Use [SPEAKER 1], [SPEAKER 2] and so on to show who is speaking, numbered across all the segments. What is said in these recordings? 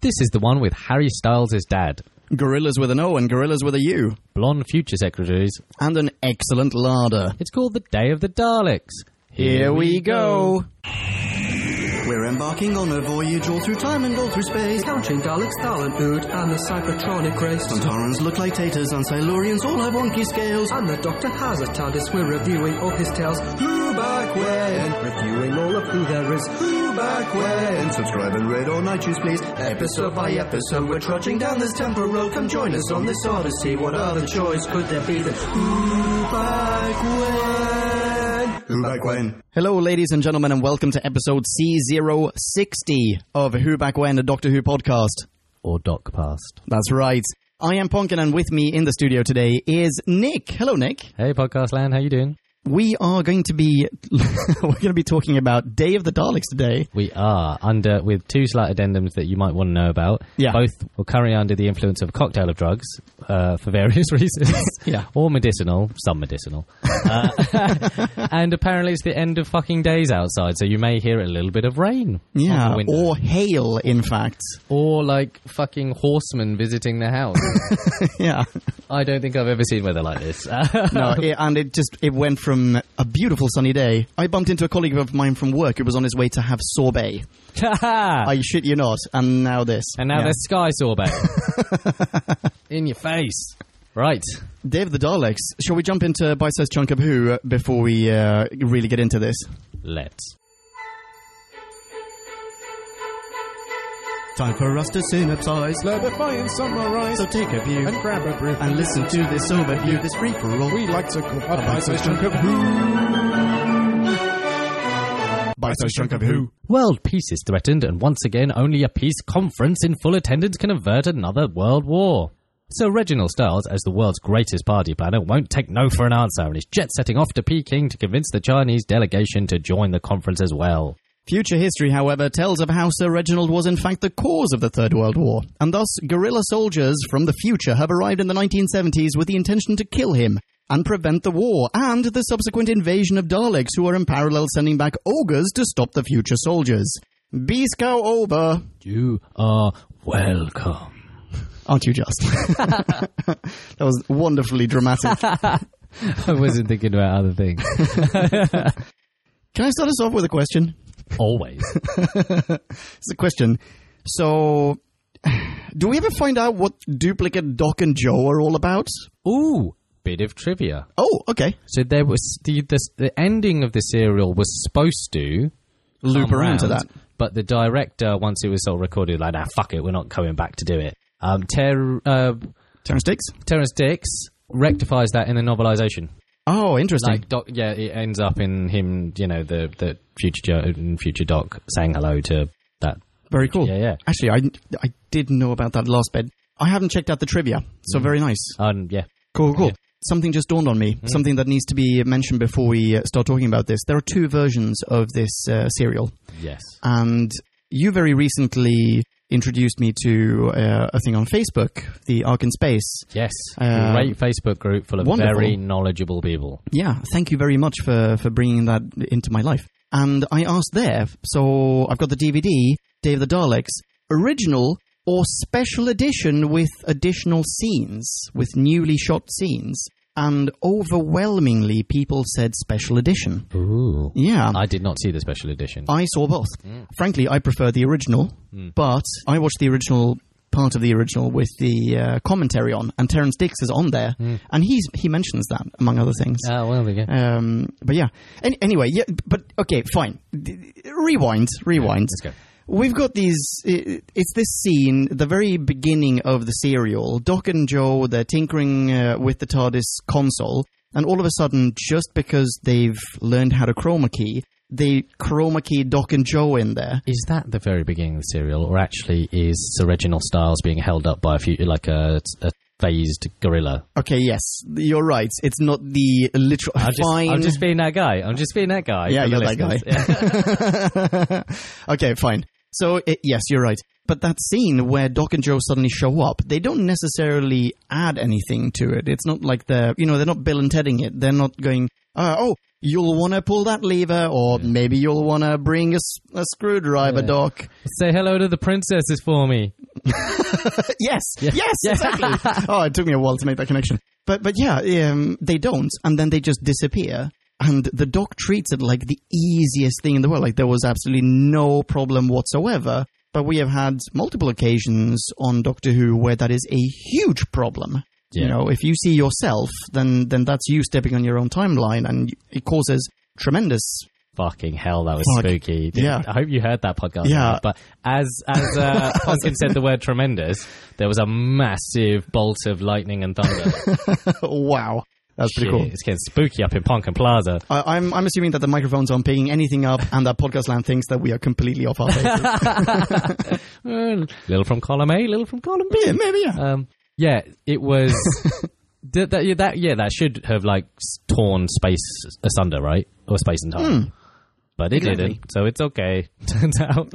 [SPEAKER 1] This is the one with Harry Styles' dad,
[SPEAKER 2] Gorillas with an O and Gorillas with a U.
[SPEAKER 1] blonde future secretaries.
[SPEAKER 2] And an excellent larder.
[SPEAKER 1] It's called The Day of the Daleks.
[SPEAKER 2] Here we go. We're embarking on a voyage all through time and all through space.
[SPEAKER 3] Counting Daleks, Thalenhood, and the Cybertronic race.
[SPEAKER 2] Santarans look like taters and Silurians all have wonky scales.
[SPEAKER 3] And the Doctor has a TARDIS, we're reviewing all his tales. Who back when? Reviewing all of who there is. Who back when?
[SPEAKER 2] And subscribe and rate all night shoes, please.
[SPEAKER 3] Episode by episode, we're trudging down this temporal road. Come join us on this odyssey. What other choice could there be than Who back when?
[SPEAKER 2] Who Back When. Hello, ladies and gentlemen, and welcome to episode C060 of Who Back When, a Doctor Who podcast.
[SPEAKER 1] Or Doc Past.
[SPEAKER 2] That's right. I am Ponkin, and with me in the studio today is Nick. Hello, Nick.
[SPEAKER 1] Hey, Podcast Land, how you doing?
[SPEAKER 2] We are going to be we're going to be talking about Day of the Daleks today.
[SPEAKER 1] We are under with two slight addendums that you might want to know about.
[SPEAKER 2] Yeah.
[SPEAKER 1] Both are currently under the influence of a cocktail of drugs uh, for various reasons.
[SPEAKER 2] Yeah.
[SPEAKER 1] Or medicinal, some medicinal. Uh, and apparently it's the end of fucking days outside, so you may hear a little bit of rain. on the
[SPEAKER 2] Yeah,
[SPEAKER 1] window.
[SPEAKER 2] or hail, in fact.
[SPEAKER 1] or like fucking horsemen visiting the house.
[SPEAKER 2] yeah,
[SPEAKER 1] I don't think I've ever seen weather like this.
[SPEAKER 2] no, it, and it just it went from a beautiful sunny day. I bumped into a colleague of mine from work who was on his way to have sorbet. I shit you not, and now this,
[SPEAKER 1] and now
[SPEAKER 2] Yeah.
[SPEAKER 1] there's sky sorbet in your face. Right.
[SPEAKER 2] Day of the Daleks. Shall we jump into bite-sized chunk of who uh, before we uh, really get into this?
[SPEAKER 1] Let's.
[SPEAKER 2] Time for us to synopsize.
[SPEAKER 4] Slurpify and summarize
[SPEAKER 2] So take a view
[SPEAKER 4] and grab a brew.
[SPEAKER 2] and listen to this overview, this free for all.
[SPEAKER 4] we like to call a bite-sized chunk of who.
[SPEAKER 2] Bite-sized chunk of who.
[SPEAKER 1] World peace is threatened, and once again, only a peace conference in full attendance can avert another world war. So Reginald Stiles, as the world's greatest party planner, won't take no for an answer and is jet-setting off to Peking to convince the Chinese delegation to join the conference as well.
[SPEAKER 2] Future history, however, tells of how Sir Reginald was in fact the cause of the Third World War, and thus guerrilla soldiers from the future have arrived in the 1970s with the intention to kill him and prevent the war and the subsequent invasion of Daleks, who are in parallel sending back ogres to stop the future soldiers. Beaskow over!
[SPEAKER 1] You are welcome.
[SPEAKER 2] Aren't you just? that was wonderfully dramatic.
[SPEAKER 1] I wasn't thinking about other things.
[SPEAKER 2] Can I start us off with a question?
[SPEAKER 1] Always.
[SPEAKER 2] It's a question. So, do we ever find out what duplicate Doc and Joe are all about?
[SPEAKER 1] Ooh, bit of trivia.
[SPEAKER 2] Oh, okay.
[SPEAKER 1] So there was the the, the ending of the serial was supposed to
[SPEAKER 2] Loop
[SPEAKER 1] come
[SPEAKER 2] around to that.
[SPEAKER 1] round, but the director once it was all recorded like, ah, fuck it, we're not coming back to do it. Um, Ter- uh,
[SPEAKER 2] Terrence Dix?
[SPEAKER 1] Terrence Dix rectifies that in the novelization.
[SPEAKER 2] Oh, interesting.
[SPEAKER 1] Like, doc, yeah, it ends up in him, you know, the the future Joe and future Doc saying hello to that.
[SPEAKER 2] very cool.
[SPEAKER 1] yeah, yeah.
[SPEAKER 2] Actually, I, I didn't know about that last bit. I haven't checked out the trivia, so very nice.
[SPEAKER 1] Um, yeah,
[SPEAKER 2] Cool, cool. Something just dawned on me. Something that needs to be mentioned before we uh, start talking about this. There are two versions of this uh, serial,
[SPEAKER 1] yes.
[SPEAKER 2] and you very recently introduced me to uh, a thing on Facebook, the Ark in Space.
[SPEAKER 1] Yes,
[SPEAKER 2] Um,
[SPEAKER 1] great Facebook group full of
[SPEAKER 2] wonderful.
[SPEAKER 1] very knowledgeable people.
[SPEAKER 2] Yeah, thank you very much for, for bringing that into my life. And I asked there, so I've got the DVD, Day of the Daleks, original or special edition with additional scenes, with newly shot scenes. And overwhelmingly, people said special edition.
[SPEAKER 1] Ooh,
[SPEAKER 2] Yeah.
[SPEAKER 1] I did not see the special edition.
[SPEAKER 2] I saw both. Frankly, I prefer the original, but I watched the original part of the original with the uh, commentary on, and Terence Dix is on there, and he's he mentions that among other things.
[SPEAKER 1] Ah, well, there we go.
[SPEAKER 2] Um, but yeah. An anyway, yeah. But okay, fine. D- rewind, rewind.
[SPEAKER 1] let's go.
[SPEAKER 2] We've got these. i it's this scene, the very beginning of the serial. Doc and Joe they're tinkering uh, with the TARDIS console, and all of a sudden, just because they've learned how to chroma key, they chroma key Doc and Joe in there.
[SPEAKER 1] Is that the very beginning of the serial, or actually is Sir Reginald Styles being held up by a few, like a, a phased gorilla?
[SPEAKER 2] Okay, yes, you're right. It's not the literal.
[SPEAKER 1] I'm just,
[SPEAKER 2] fine.
[SPEAKER 1] I'm just being that guy. I'm just being that guy.
[SPEAKER 2] Yeah,
[SPEAKER 1] for the
[SPEAKER 2] you're that
[SPEAKER 1] listeners.
[SPEAKER 2] okay, fine. So, i yes, you're right. But that scene where Doc and Joe suddenly show up, they don't necessarily add anything to it. It's not like they're, you know, they're not Bill and Tedding it. They're not going, uh, oh, you'll want to pull that lever, or maybe you'll want to bring a, s- a screwdriver, Doc.
[SPEAKER 1] Say hello to the princesses for me.
[SPEAKER 2] yes, yes, exactly. oh, it took me a while to make that connection. But but yeah, um, they don't, and then they just disappear. And the doc treats it like the easiest thing in the world. Like there was absolutely no problem whatsoever. But we have had multiple occasions on Doctor Who where that is a huge problem. You
[SPEAKER 1] Yeah.
[SPEAKER 2] know, if you see yourself, then then that's you stepping on your own timeline, and it causes tremendous
[SPEAKER 1] Fucking hell, that was
[SPEAKER 2] Fuck.
[SPEAKER 1] spooky. Didn't-
[SPEAKER 2] Yeah.
[SPEAKER 1] I hope you heard that podcast.
[SPEAKER 2] Yeah.
[SPEAKER 1] But as as uh, Pumpkin said the word tremendous, there was a massive bolt of lightning and thunder.
[SPEAKER 2] wow. That's pretty
[SPEAKER 1] Shit,
[SPEAKER 2] cool.
[SPEAKER 1] It's getting spooky up in Pumpkin Plaza.
[SPEAKER 2] I, I'm, I'm assuming that the microphones aren't picking anything up and that Podcast Land thinks that we are completely off our bases.
[SPEAKER 1] Uh,
[SPEAKER 2] Mm.
[SPEAKER 1] little from column A, little from column B.
[SPEAKER 2] yeah, maybe, yeah.
[SPEAKER 1] Um, yeah, it was. Did that, yeah, that yeah, that should have like s- torn space asunder, right, or space and time. But it
[SPEAKER 2] Exactly.
[SPEAKER 1] didn't, so it's okay. Turns out,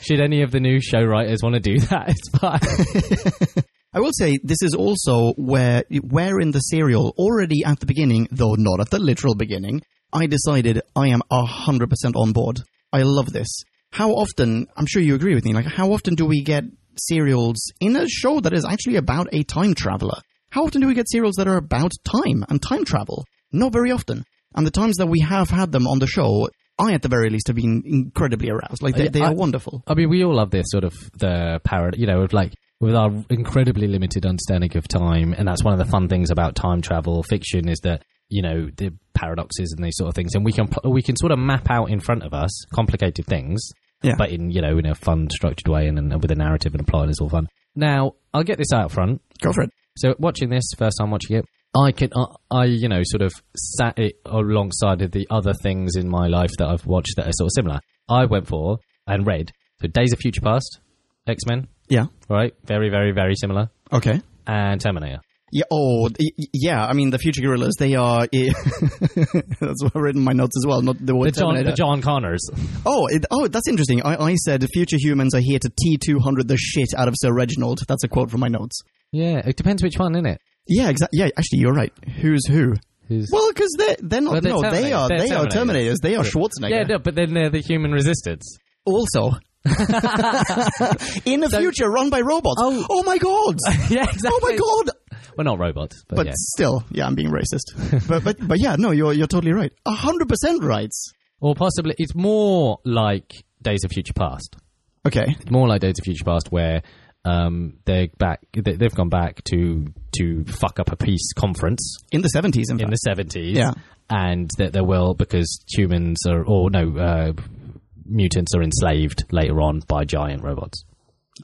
[SPEAKER 1] should any of the new show writers want to do that, it's fine.
[SPEAKER 2] I will say this is also where, where in the serial, already at the beginning, though not at the literal beginning, I decided I am 100% on board. I love this. How often, I'm sure you agree with me, like how often do we get serials in a show that is actually about a time traveler? How often do we get serials that are about time and time travel? Not very often. And the times that we have had them on the show, I at the very least have been incredibly aroused. Like they, they
[SPEAKER 1] I-
[SPEAKER 2] are wonderful.
[SPEAKER 1] I mean, we all love this sort of the parad, you know, of like with our incredibly limited understanding of time, and that's one of the fun things about time travel fiction is that you know the paradoxes and these sort of things, and we can pl- we can sort of map out in front of us complicated things,
[SPEAKER 2] Yeah.
[SPEAKER 1] but in you know in a fun structured way and, and with a narrative and a plot, and it's all fun. Now, I'll get this out front.
[SPEAKER 2] Go for it.
[SPEAKER 1] So watching this first time watching it, I can I, I you know sort of sat it alongside of the other things in my life that I've watched that are sort of similar. I went for and read so Days of Future Past, X Men,
[SPEAKER 2] Yeah.
[SPEAKER 1] right? Very very very similar,
[SPEAKER 2] Okay.
[SPEAKER 1] and Terminator.
[SPEAKER 2] Yeah. Oh, y- y- yeah. I mean, the future gorillas. They are. that's what I've written in my notes as well. Not the
[SPEAKER 1] The John,
[SPEAKER 2] word
[SPEAKER 1] the
[SPEAKER 2] Terminator.
[SPEAKER 1] John Connors.
[SPEAKER 2] Oh, it, oh, that's interesting. I, I said future humans are here to T two hundred the shit out of Sir Reginald. That's a quote from my notes.
[SPEAKER 1] yeah, it depends which one, innit?
[SPEAKER 2] Yeah, exactly. Yeah, actually, you're right. Who's who?
[SPEAKER 1] Who's
[SPEAKER 2] Well, because they're they're not.
[SPEAKER 1] Well, they're
[SPEAKER 2] no, they
[SPEAKER 1] Terminators.
[SPEAKER 2] are.
[SPEAKER 1] They're
[SPEAKER 2] they are
[SPEAKER 1] Terminators.
[SPEAKER 2] Terminators. They are
[SPEAKER 1] yeah,
[SPEAKER 2] Schwarzenegger.
[SPEAKER 1] no, but then they're the human resistance.
[SPEAKER 2] Also. in the future, run by robots. Oh, my god!
[SPEAKER 1] Yeah,
[SPEAKER 2] Oh my
[SPEAKER 1] exactly.
[SPEAKER 2] god!
[SPEAKER 1] Well, not robots, but,
[SPEAKER 2] But
[SPEAKER 1] yeah.
[SPEAKER 2] still, yeah, I'm being racist. but but but yeah, no, you're you're totally right. hundred percent right.
[SPEAKER 1] or possibly it's more like Days of Future Past.
[SPEAKER 2] Okay.
[SPEAKER 1] more like Days of Future Past, where um, they're back. They, they've gone back to to fuck up a peace conference
[SPEAKER 2] In the seventies, in fact.
[SPEAKER 1] in the seventies,
[SPEAKER 2] Yeah.
[SPEAKER 1] and that there will because humans are or no uh, mutants are enslaved later on by giant robots.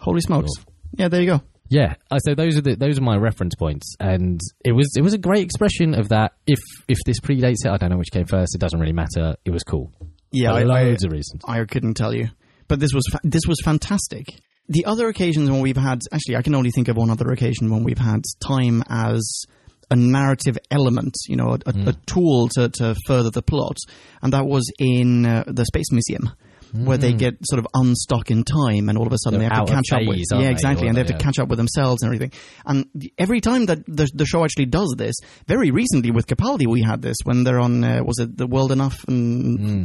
[SPEAKER 2] Holy smokes!
[SPEAKER 1] Oh.
[SPEAKER 2] Yeah, there you go.
[SPEAKER 1] Yeah, uh, so those are the, those are my reference points, and it was it was a great expression of that. If if this predates it, I don't know which came first. It doesn't really matter. It was cool.
[SPEAKER 2] Yeah,
[SPEAKER 1] For
[SPEAKER 2] I,
[SPEAKER 1] loads
[SPEAKER 2] I,
[SPEAKER 1] of reasons.
[SPEAKER 2] I couldn't tell you, but this was fa- this was fantastic. The other occasions when we've had, actually, I can only think of one other occasion when we've had time as a narrative element, you know, a, a,
[SPEAKER 1] Hmm.
[SPEAKER 2] a tool to, to further the plot, and that was in uh, the Space Museum. Where they get sort of unstuck in time, and all of a sudden
[SPEAKER 1] Hmm. They're
[SPEAKER 2] they have to
[SPEAKER 1] out of
[SPEAKER 2] catch up with
[SPEAKER 1] phase, aren't
[SPEAKER 2] yeah,
[SPEAKER 1] they,
[SPEAKER 2] exactly,
[SPEAKER 1] or
[SPEAKER 2] and they have
[SPEAKER 1] they-
[SPEAKER 2] to catch up with themselves and everything. And the- every time that the, the show actually does this, very recently with Capaldi, we had this when they're on uh, was it the World Enough and
[SPEAKER 1] Hmm.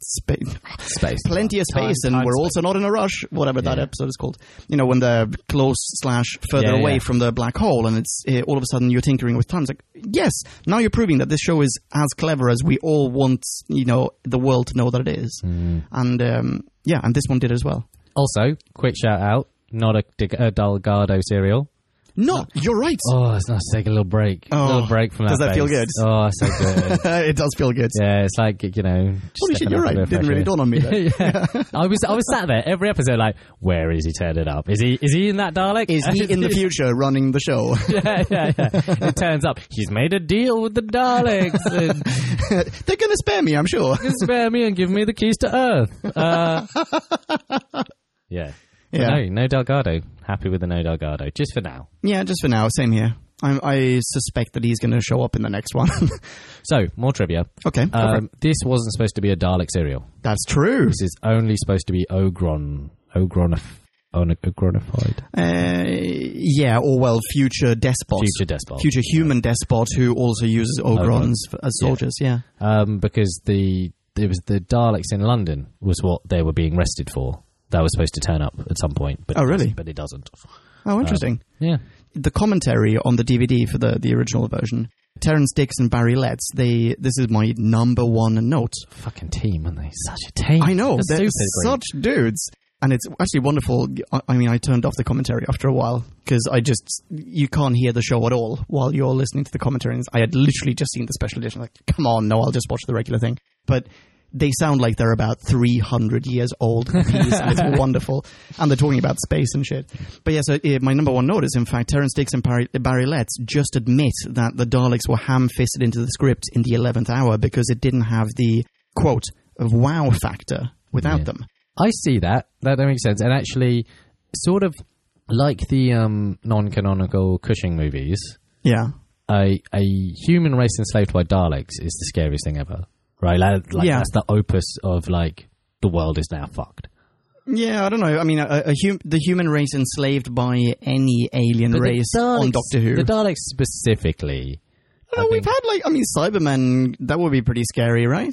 [SPEAKER 2] space,
[SPEAKER 1] Space,
[SPEAKER 2] plenty of
[SPEAKER 1] Time-
[SPEAKER 2] space, and
[SPEAKER 1] time
[SPEAKER 2] we're
[SPEAKER 1] space.
[SPEAKER 2] also not in a rush. Whatever that
[SPEAKER 1] Yeah.
[SPEAKER 2] episode is called, you know, when they're close slash further
[SPEAKER 1] Yeah,
[SPEAKER 2] away
[SPEAKER 1] yeah.
[SPEAKER 2] from the black hole, and it's uh, all of a sudden you're tinkering with time. It's like yes, now you're proving that this show is as clever as we all want, you know, the world to know that it is,
[SPEAKER 1] Mm.
[SPEAKER 2] and um, yeah, and this one did as well.
[SPEAKER 1] Also, quick shout out. Not a, a Delgado serial.
[SPEAKER 2] No, you're right.
[SPEAKER 1] Oh, it's nice to take a little break.
[SPEAKER 2] Oh,
[SPEAKER 1] a little break from that.
[SPEAKER 2] does that feel
[SPEAKER 1] face.
[SPEAKER 2] good?
[SPEAKER 1] Oh, so good.
[SPEAKER 2] it does feel good.
[SPEAKER 1] yeah, it's like you know. just
[SPEAKER 2] Holy
[SPEAKER 1] stepping
[SPEAKER 2] shit, you're
[SPEAKER 1] up a
[SPEAKER 2] right.
[SPEAKER 1] bit of
[SPEAKER 2] Didn't
[SPEAKER 1] fresh
[SPEAKER 2] really
[SPEAKER 1] air.
[SPEAKER 2] dawn on me. There.
[SPEAKER 1] yeah, I was I was sat there every episode like, where is he turning up? Is he is he in that Dalek?
[SPEAKER 2] Is he in the future running the show?
[SPEAKER 1] yeah, yeah, yeah. It turns up he's made a deal with the Daleks and
[SPEAKER 2] They're gonna spare me, I'm sure.
[SPEAKER 1] can spare me and give me the keys to Earth. Uh, yeah, But
[SPEAKER 2] Yeah.
[SPEAKER 1] No, no Delgado. Happy with the no Delgado just for now.
[SPEAKER 2] Yeah, just for now. Same here. I'm, I suspect that he's going to show up in the next one.
[SPEAKER 1] So more trivia.
[SPEAKER 2] okay, go for it.
[SPEAKER 1] Um, this wasn't supposed to be a Dalek serial.
[SPEAKER 2] that's true.
[SPEAKER 1] This is only supposed to be Ogron. Ogronif- on- Ogronified.
[SPEAKER 2] Uh, yeah, or well, future despot,
[SPEAKER 1] Future despot.
[SPEAKER 2] future human despot who also uses ogrons f as soldiers. Yeah.
[SPEAKER 1] Um, because the it was the Daleks in London was what they were being arrested for. that was supposed to turn up at some point. But
[SPEAKER 2] Oh,
[SPEAKER 1] it
[SPEAKER 2] really?
[SPEAKER 1] doesn't- But it doesn't.
[SPEAKER 2] Oh, interesting.
[SPEAKER 1] Yeah.
[SPEAKER 2] the commentary on the DVD for the, the original version, Terrence Dix and Barry Letts, they this is my number one note.
[SPEAKER 1] Fucking team, aren't they? Such a team.
[SPEAKER 2] I know
[SPEAKER 1] They're
[SPEAKER 2] they're
[SPEAKER 1] stupid, Green.
[SPEAKER 2] such dudes, and it's actually wonderful. I, I mean, I turned off the commentary after a while because I just you can't hear the show at all while you're listening to the commentary. And I had literally just seen the special edition. Like, come on, no, I'll just watch the regular thing. But they sound like they're about 300 years old apiece, and it's wonderful. And they're talking about space and shit. But yes, yeah, so, uh, my number one note is, in fact, Terrence Dix and Barry, Barry Letts just admit that the Daleks were ham-fisted into the script in the 11th hour because it didn't have the, quote, of wow factor without
[SPEAKER 1] Yeah.
[SPEAKER 2] them.
[SPEAKER 1] I see that. That that makes sense. And actually, sort of like the um, non-canonical Cushing movies,
[SPEAKER 2] Yeah.
[SPEAKER 1] a a human race enslaved by Daleks is the scariest thing ever. Right? Like, like
[SPEAKER 2] Yeah.
[SPEAKER 1] that's the opus of like the world is now fucked.
[SPEAKER 2] Yeah, I don't know. I mean, a, a hum- the human race enslaved by any alien
[SPEAKER 1] But the
[SPEAKER 2] race on
[SPEAKER 1] Daleks-
[SPEAKER 2] Doctor Who.
[SPEAKER 1] The Daleks specifically.
[SPEAKER 2] No, we've had like, I mean, Cybermen. That would be pretty scary, right?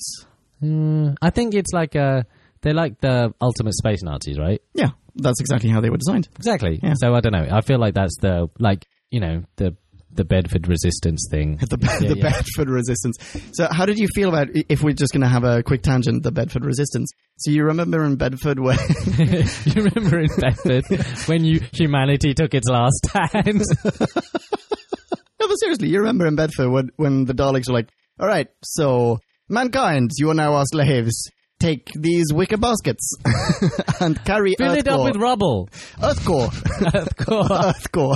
[SPEAKER 1] Mm, I think it's like uh they're like the ultimate space Nazis, right?
[SPEAKER 2] Yeah, that's exactly how they were designed.
[SPEAKER 1] Exactly.
[SPEAKER 2] Yeah.
[SPEAKER 1] So I don't know. I feel like that's the like you know the the Bedford resistance thing.
[SPEAKER 2] The, the
[SPEAKER 1] yeah.
[SPEAKER 2] Bedford Resistance. So, how did you feel about if we're just going to have a quick tangent? The Bedford Resistance. So, you remember in Bedford where
[SPEAKER 1] you remember in Bedford when you humanity took its last stand?
[SPEAKER 2] No, but seriously, you remember in Bedford when, when the Daleks were like, all right, so mankind, you are now our slaves. Take these wicker baskets and carry
[SPEAKER 1] Fill
[SPEAKER 2] earth
[SPEAKER 1] it up
[SPEAKER 2] core,
[SPEAKER 1] with rubble.
[SPEAKER 2] earth core,
[SPEAKER 1] Of course.
[SPEAKER 2] earth core,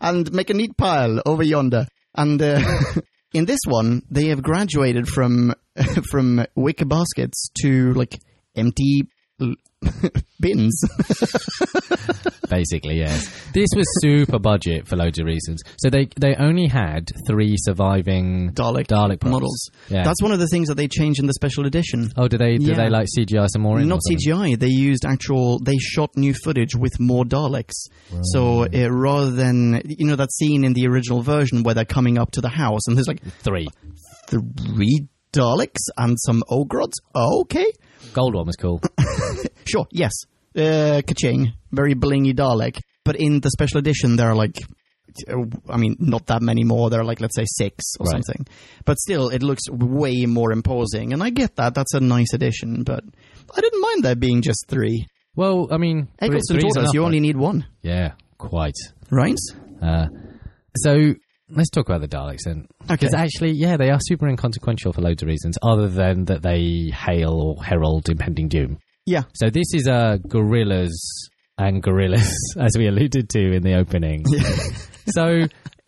[SPEAKER 2] and make a neat pile over yonder. And uh, in this one, they have graduated from from wicker baskets to like empty l- bins.
[SPEAKER 1] Basically, yes. This was super budget for loads of reasons. So they they only had three surviving
[SPEAKER 2] Dalek
[SPEAKER 1] Dalek props.
[SPEAKER 2] models.
[SPEAKER 1] Yeah.
[SPEAKER 2] That's one of the things that they changed in the special edition.
[SPEAKER 1] oh, did they did
[SPEAKER 2] Yeah.
[SPEAKER 1] they like CGI some more in?
[SPEAKER 2] Not
[SPEAKER 1] or something?
[SPEAKER 2] CGI. They used actual. They shot new footage with more Daleks. So uh, rather than you know that scene in the original version where they're coming up to the house and there's like
[SPEAKER 1] Three.
[SPEAKER 2] three Daleks and some Ogrods. Okay,
[SPEAKER 1] Gold one was cool.
[SPEAKER 2] sure, yes, uh, ka-ching, very blingy Dalek. But in the special edition, there are like, uh, I mean, not that many more. There are like let's say six or
[SPEAKER 1] Right.
[SPEAKER 2] something. But still, it looks way more imposing. And I get that. That's a nice addition. But I didn't mind there being just three.
[SPEAKER 1] Well, I mean,
[SPEAKER 2] Eggleston
[SPEAKER 1] three's
[SPEAKER 2] taught us
[SPEAKER 1] enough,
[SPEAKER 2] you
[SPEAKER 1] right?
[SPEAKER 2] only need one,
[SPEAKER 1] yeah, quite.
[SPEAKER 2] right?
[SPEAKER 1] Uh, so let's talk about the Daleks then.
[SPEAKER 2] Okay.
[SPEAKER 1] Because actually, yeah, they are super inconsequential for loads of reasons, other than that they hail or herald impending doom.
[SPEAKER 2] Yeah.
[SPEAKER 1] So this is uh, gorillas and gorillas, as we alluded to in the opening. so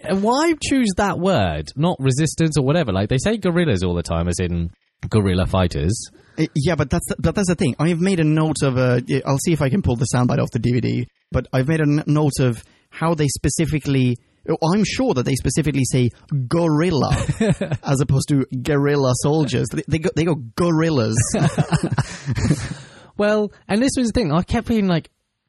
[SPEAKER 1] uh, why choose that word, not resistance or whatever? Like they say gorillas all the time, as in gorilla fighters.
[SPEAKER 2] Uh, Yeah, but that's the, but that's the thing. I've made a note of a. I'll see if I can pull the soundbite off the DVD. But I've made a n- note of how they specifically. oh, I'm sure that they specifically say gorilla as opposed to guerrilla soldiers. They, they go they go gorillas.
[SPEAKER 1] Well, and this was the thing. I kept being like,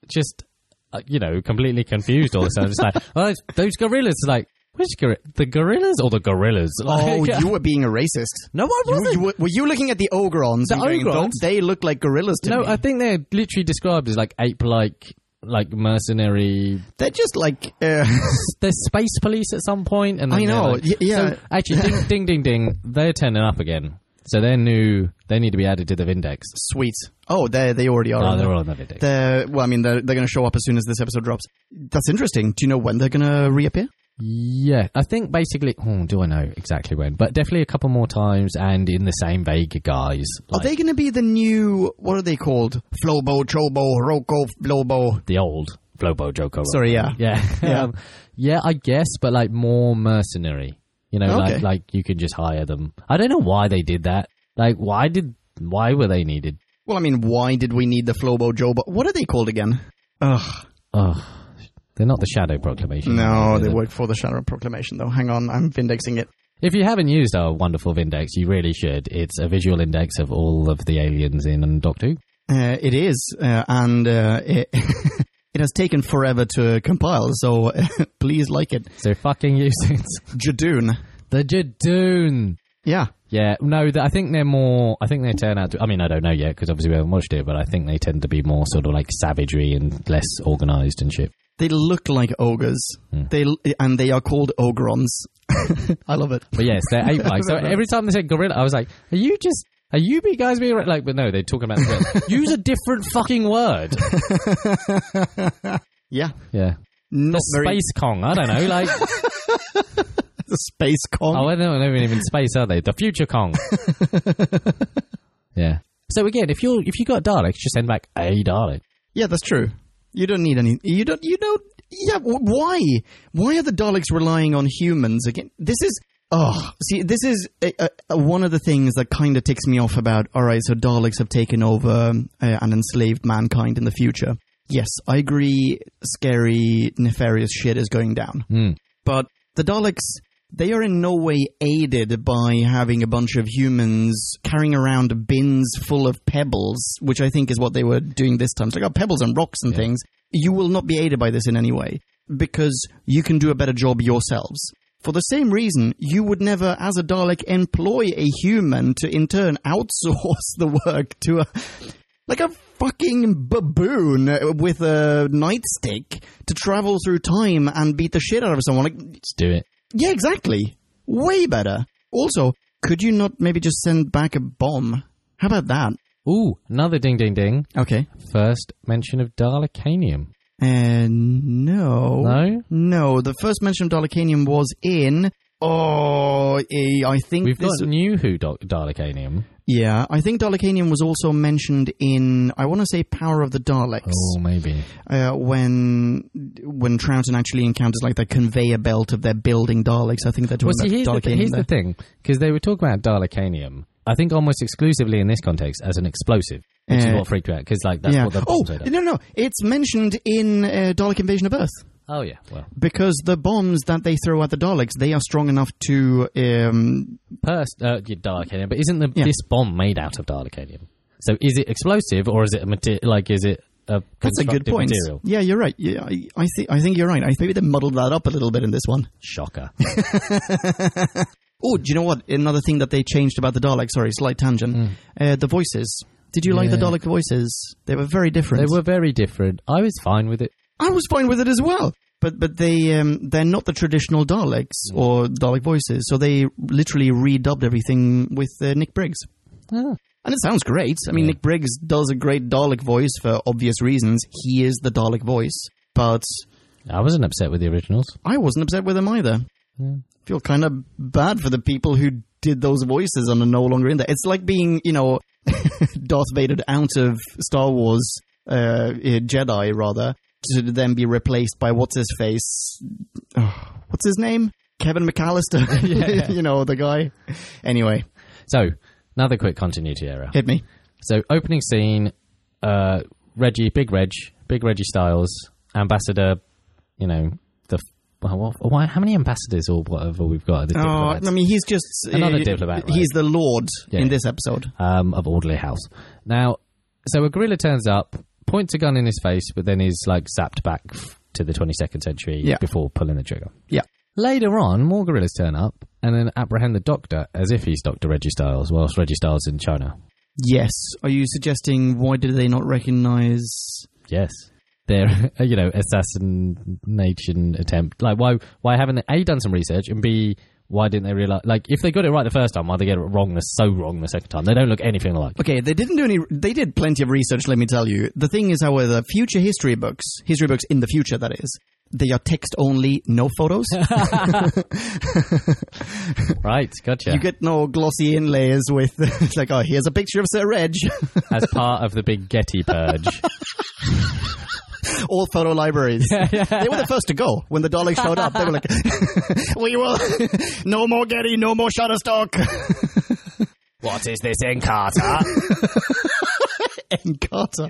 [SPEAKER 1] just uh, you know, completely confused. All of a sudden, just like, oh, those, those gorillas. Like, which gorilla? The gorillas or the gorillas?
[SPEAKER 2] oh,
[SPEAKER 1] Like,
[SPEAKER 2] you were being a racist.
[SPEAKER 1] No, I
[SPEAKER 2] You,
[SPEAKER 1] wasn't.
[SPEAKER 2] you were, were you looking at the ogrons?
[SPEAKER 1] The
[SPEAKER 2] and going,
[SPEAKER 1] Ogrons?
[SPEAKER 2] "Don't They look like gorillas to
[SPEAKER 1] no,
[SPEAKER 2] me.
[SPEAKER 1] I think they're literally described as like ape-like, like mercenary.
[SPEAKER 2] They're just like. Uh,
[SPEAKER 1] They're space police at some point, and then
[SPEAKER 2] I
[SPEAKER 1] they're
[SPEAKER 2] know,
[SPEAKER 1] like-
[SPEAKER 2] y- yeah.
[SPEAKER 1] So, actually, ding, ding, ding, ding. They're turning up again. So they're new. They need to be added to the Vindex.
[SPEAKER 2] sweet. Oh, they they already are.
[SPEAKER 1] Oh,
[SPEAKER 2] on
[SPEAKER 1] they're
[SPEAKER 2] there.
[SPEAKER 1] all on the Vindex.
[SPEAKER 2] They're well. I mean, they're they're going to show up as soon as this episode drops. That's interesting. Do you know when they're going to reappear?
[SPEAKER 1] Yeah, I think basically. Oh, do I know exactly when? But definitely a couple more times, and in the same vague guise.
[SPEAKER 2] Are
[SPEAKER 1] Like
[SPEAKER 2] they going to be the new? What are they called? Flobo, Chobo, Roko, Flobo.
[SPEAKER 1] the old Flobo Joko.
[SPEAKER 2] Sorry, yeah.
[SPEAKER 1] Yeah,
[SPEAKER 2] Yeah.
[SPEAKER 1] Um, yeah. I guess, but like more mercenary. You know,
[SPEAKER 2] Okay.
[SPEAKER 1] like like you can just hire them. I don't know why they did that. Like, why did why were they needed?
[SPEAKER 2] Well, I mean, why did we need the Flobo, Jobo? What are they called again? Ugh.
[SPEAKER 1] Ugh, they're not the Shadow Proclamation.
[SPEAKER 2] No,
[SPEAKER 1] They're
[SPEAKER 2] they
[SPEAKER 1] the-
[SPEAKER 2] work for the Shadow Proclamation, though. Hang on, I'm vindexing it.
[SPEAKER 1] If you haven't used our wonderful Vindex, you really should. It's a visual index of all of the aliens in Doctor Who.
[SPEAKER 2] Uh, it is, uh, and uh, it, it has taken forever to compile. So please like it,
[SPEAKER 1] So fucking use it.
[SPEAKER 2] Jadoon.
[SPEAKER 1] The Jadoon.
[SPEAKER 2] Yeah,
[SPEAKER 1] Yeah, no, th- I think they're more. I think they turn out to. I mean, I don't know yet because obviously we haven't watched it, but I think they tend to be more sort of like savagery and less organised and shit.
[SPEAKER 2] They look like ogres. They l- and they are called ogrons. I love it.
[SPEAKER 1] But yes, they're ape like. So every time they said gorilla, I was like, are you just. Are you be guys being like, but no, they're talking about gorillas. use a different fucking word.
[SPEAKER 2] Yeah,
[SPEAKER 1] Yeah,
[SPEAKER 2] not
[SPEAKER 1] the
[SPEAKER 2] very
[SPEAKER 1] space Kong. I don't know, like,
[SPEAKER 2] the space con.
[SPEAKER 1] oh, I don't know, even in space are they? The future Kong. yeah. So again, if you're if you got Daleks, just send back a Dalek.
[SPEAKER 2] Yeah, that's true. You don't need any. You don't. You don't. Yeah. wh- Why? Why are the Daleks relying on humans again? This is. Oh, see, this is a, a, a- one of the things that kind of ticks me off about. All right, so Daleks have taken over um, uh, and enslaved mankind in the future. Yes, I agree. Scary, nefarious shit is going down. But the Daleks, they are in no way aided by having a bunch of humans carrying around bins full of pebbles, which I think is what they were doing this time. It's like, oh, pebbles and rocks and things. You will not be aided by this in any way because you can do a better job yourselves. For the same reason, you would never, as a Dalek, employ a human to in turn outsource the work to a like a fucking baboon with a nightstick to travel through time and beat the shit out of someone. Like,
[SPEAKER 1] Let's do it.
[SPEAKER 2] yeah, exactly. Way better. Also, could you not maybe just send back a bomb? How about that?
[SPEAKER 1] Ooh, another ding, ding, ding.
[SPEAKER 2] Okay.
[SPEAKER 1] First mention of Dalekanium.
[SPEAKER 2] And no.
[SPEAKER 1] No?
[SPEAKER 2] No. The first mention of Dalekanium was in. Oh, eh, I think
[SPEAKER 1] We've
[SPEAKER 2] this.
[SPEAKER 1] got new Who Do- Dalekanium.
[SPEAKER 2] yeah, I think Dalekanium was also mentioned in. I want to say Power of the Daleks.
[SPEAKER 1] Oh, maybe.
[SPEAKER 2] uh, when when Troughton actually encounters like the conveyor belt of their building Daleks. I think they're talking
[SPEAKER 1] Well, see,
[SPEAKER 2] about
[SPEAKER 1] here's, the, th-
[SPEAKER 2] Dalekanium
[SPEAKER 1] here's
[SPEAKER 2] there.
[SPEAKER 1] the thing, because they were talking about Dalekanium, I think almost exclusively in this context, as an explosive, which is
[SPEAKER 2] Uh,
[SPEAKER 1] what freaked you out, because like, that's
[SPEAKER 2] yeah.
[SPEAKER 1] what the
[SPEAKER 2] Oh
[SPEAKER 1] bombs are.
[SPEAKER 2] no no! It's mentioned in uh, Dalek Invasion of Earth
[SPEAKER 1] Oh, yeah, well,
[SPEAKER 2] because the bombs that they throw at the Daleks they are strong enough to um,
[SPEAKER 1] Pers- uh, yeah, Dalekanium, but isn't the,
[SPEAKER 2] Yeah.
[SPEAKER 1] this bomb made out of Dalekanium? So is it explosive, or is it a material, like, is it a
[SPEAKER 2] that's a good
[SPEAKER 1] constructive
[SPEAKER 2] point.
[SPEAKER 1] material?
[SPEAKER 2] Yeah, you're right. Yeah, I, I think I think you're right. I maybe they muddled that up a little bit in this one.
[SPEAKER 1] Shocker.
[SPEAKER 2] Oh, do you know what? Another thing that they changed about the Daleks. Sorry, slight tangent. Uh, the voices. Did you like the
[SPEAKER 1] Mm. Yeah.
[SPEAKER 2] Dalek voices? They were very different.
[SPEAKER 1] they were very different. I was fine with it.
[SPEAKER 2] I was fine with it as well. But but they um, they're not the traditional Daleks or Dalek voices, so they literally redubbed everything with uh, Nick Briggs,
[SPEAKER 1] Ah.
[SPEAKER 2] and it sounds great. I mean, Nick Briggs does a great Dalek voice for obvious reasons. He is the Dalek voice, but
[SPEAKER 1] I wasn't upset with the originals.
[SPEAKER 2] I wasn't upset with him either. Feel kind of bad for the people who did those voices and are no longer in there. It's like being, you know, Darth Vader out of Star Wars uh, uh, Jedi, rather, to then be replaced by what's his face? Oh, what's his name? Kevin McAllister. you know, the guy. Anyway,
[SPEAKER 1] So, another quick continuity error.
[SPEAKER 2] hit me.
[SPEAKER 1] So opening scene, uh, Reggie, Big Reg, Big Reggie Styles, ambassador. You know the well, what, why, how many ambassadors or whatever we've got? The
[SPEAKER 2] Oh, I
[SPEAKER 1] diplomats,
[SPEAKER 2] mean, he's just eh,
[SPEAKER 1] Another diplomat, right.
[SPEAKER 2] He's the Lord in
[SPEAKER 1] Yeah.
[SPEAKER 2] this episode.
[SPEAKER 1] um, of Audley House. Now, so a gorilla turns up, points a gun in his face, but then is like zapped back f- to the 22nd century
[SPEAKER 2] Yeah.
[SPEAKER 1] before pulling the trigger.
[SPEAKER 2] Yeah.
[SPEAKER 1] Later on, more gorillas turn up and then apprehend the doctor as if he's Doctor Reggie Styles, whilst Reggie Styles is in China.
[SPEAKER 2] Yes. Are you suggesting why did they not recognize
[SPEAKER 1] Yes. Their, you know, assassination attempt. Like, why? Why haven't they a done some research and b why didn't they realize? Like, if they got it right the first time, why they get it wrong the so wrong the second time? They don't look anything alike.
[SPEAKER 2] Okay, they didn't do any. They did plenty of research, let me tell you. The thing is, however, future history books, history books in the future, that is, they are text only, no photos.
[SPEAKER 1] Right, gotcha.
[SPEAKER 2] you get no glossy inlays with, it's like, oh, here's a picture of Sir Reg.
[SPEAKER 1] As part of the big Getty purge,
[SPEAKER 2] All photo libraries. They were the first to go when the Daleks showed up. They were like, we will, no more Getty, no more Shutterstock.
[SPEAKER 1] what is this Encarta?
[SPEAKER 2] and Carter.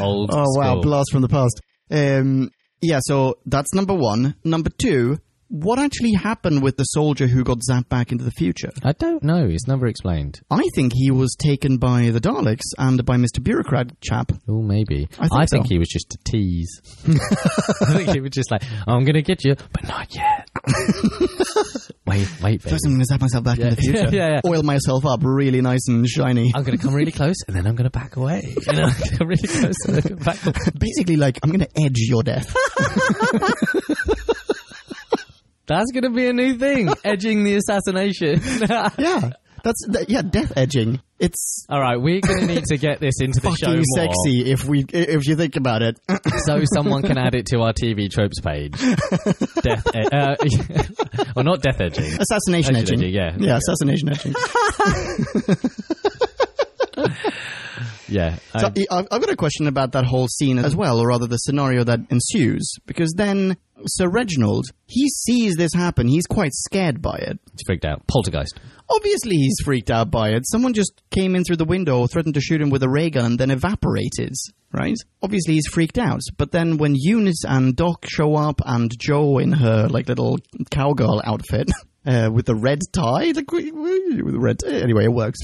[SPEAKER 1] Old
[SPEAKER 2] uh, Oh wow,
[SPEAKER 1] school.
[SPEAKER 2] blast from the past. Um, yeah, so that's number one. Number two, what actually happened with the soldier who got zapped back into the future?
[SPEAKER 1] I don't know. It's never explained.
[SPEAKER 2] I think he was taken by the Daleks and by Mister Bureaucrat chap.
[SPEAKER 1] Oh, maybe. I
[SPEAKER 2] think so.
[SPEAKER 1] he was just a tease. I think he was just like, "I'm going to get you, but not yet." Wait, wait, baby.
[SPEAKER 2] First, I'm going to zap myself back in the
[SPEAKER 1] Yeah,
[SPEAKER 2] future.
[SPEAKER 1] yeah, yeah.
[SPEAKER 2] Oil myself up really nice and shiny.
[SPEAKER 1] I'm going to come really close and then I'm going to back away. And then I'm going to come really close and then I'm gonna back away.
[SPEAKER 2] Basically, like, I'm going to edge your death.
[SPEAKER 1] That's going to be a new thing. Edging the assassination.
[SPEAKER 2] yeah. That's, that, yeah, death edging. It's
[SPEAKER 1] All right, we're going to need to get this into the show
[SPEAKER 2] fucking
[SPEAKER 1] more.
[SPEAKER 2] sexy if we, if you think about it.
[SPEAKER 1] so someone can add it to our TV tropes page. Death, e- uh, or not death edging.
[SPEAKER 2] Assassination
[SPEAKER 1] Edging,
[SPEAKER 2] edging.
[SPEAKER 1] edging, yeah.
[SPEAKER 2] Yeah, assassination edging.
[SPEAKER 1] Yeah,
[SPEAKER 2] So
[SPEAKER 1] um,
[SPEAKER 2] I- I've, I've got a question about that whole scene as well, or rather the scenario that ensues, because then Sir Reginald, he sees this happen. He's quite scared by it.
[SPEAKER 1] it's freaked out. Poltergeist.
[SPEAKER 2] Obviously, he's freaked out by it. Someone just came in through the window, threatened to shoot him with a ray gun, and then evaporated, right? Obviously, he's freaked out. But then when Eunice and Doc show up, and Joe in her, like, little cowgirl outfit... Uh, with the red tie, like, with the red. Anyway, it works.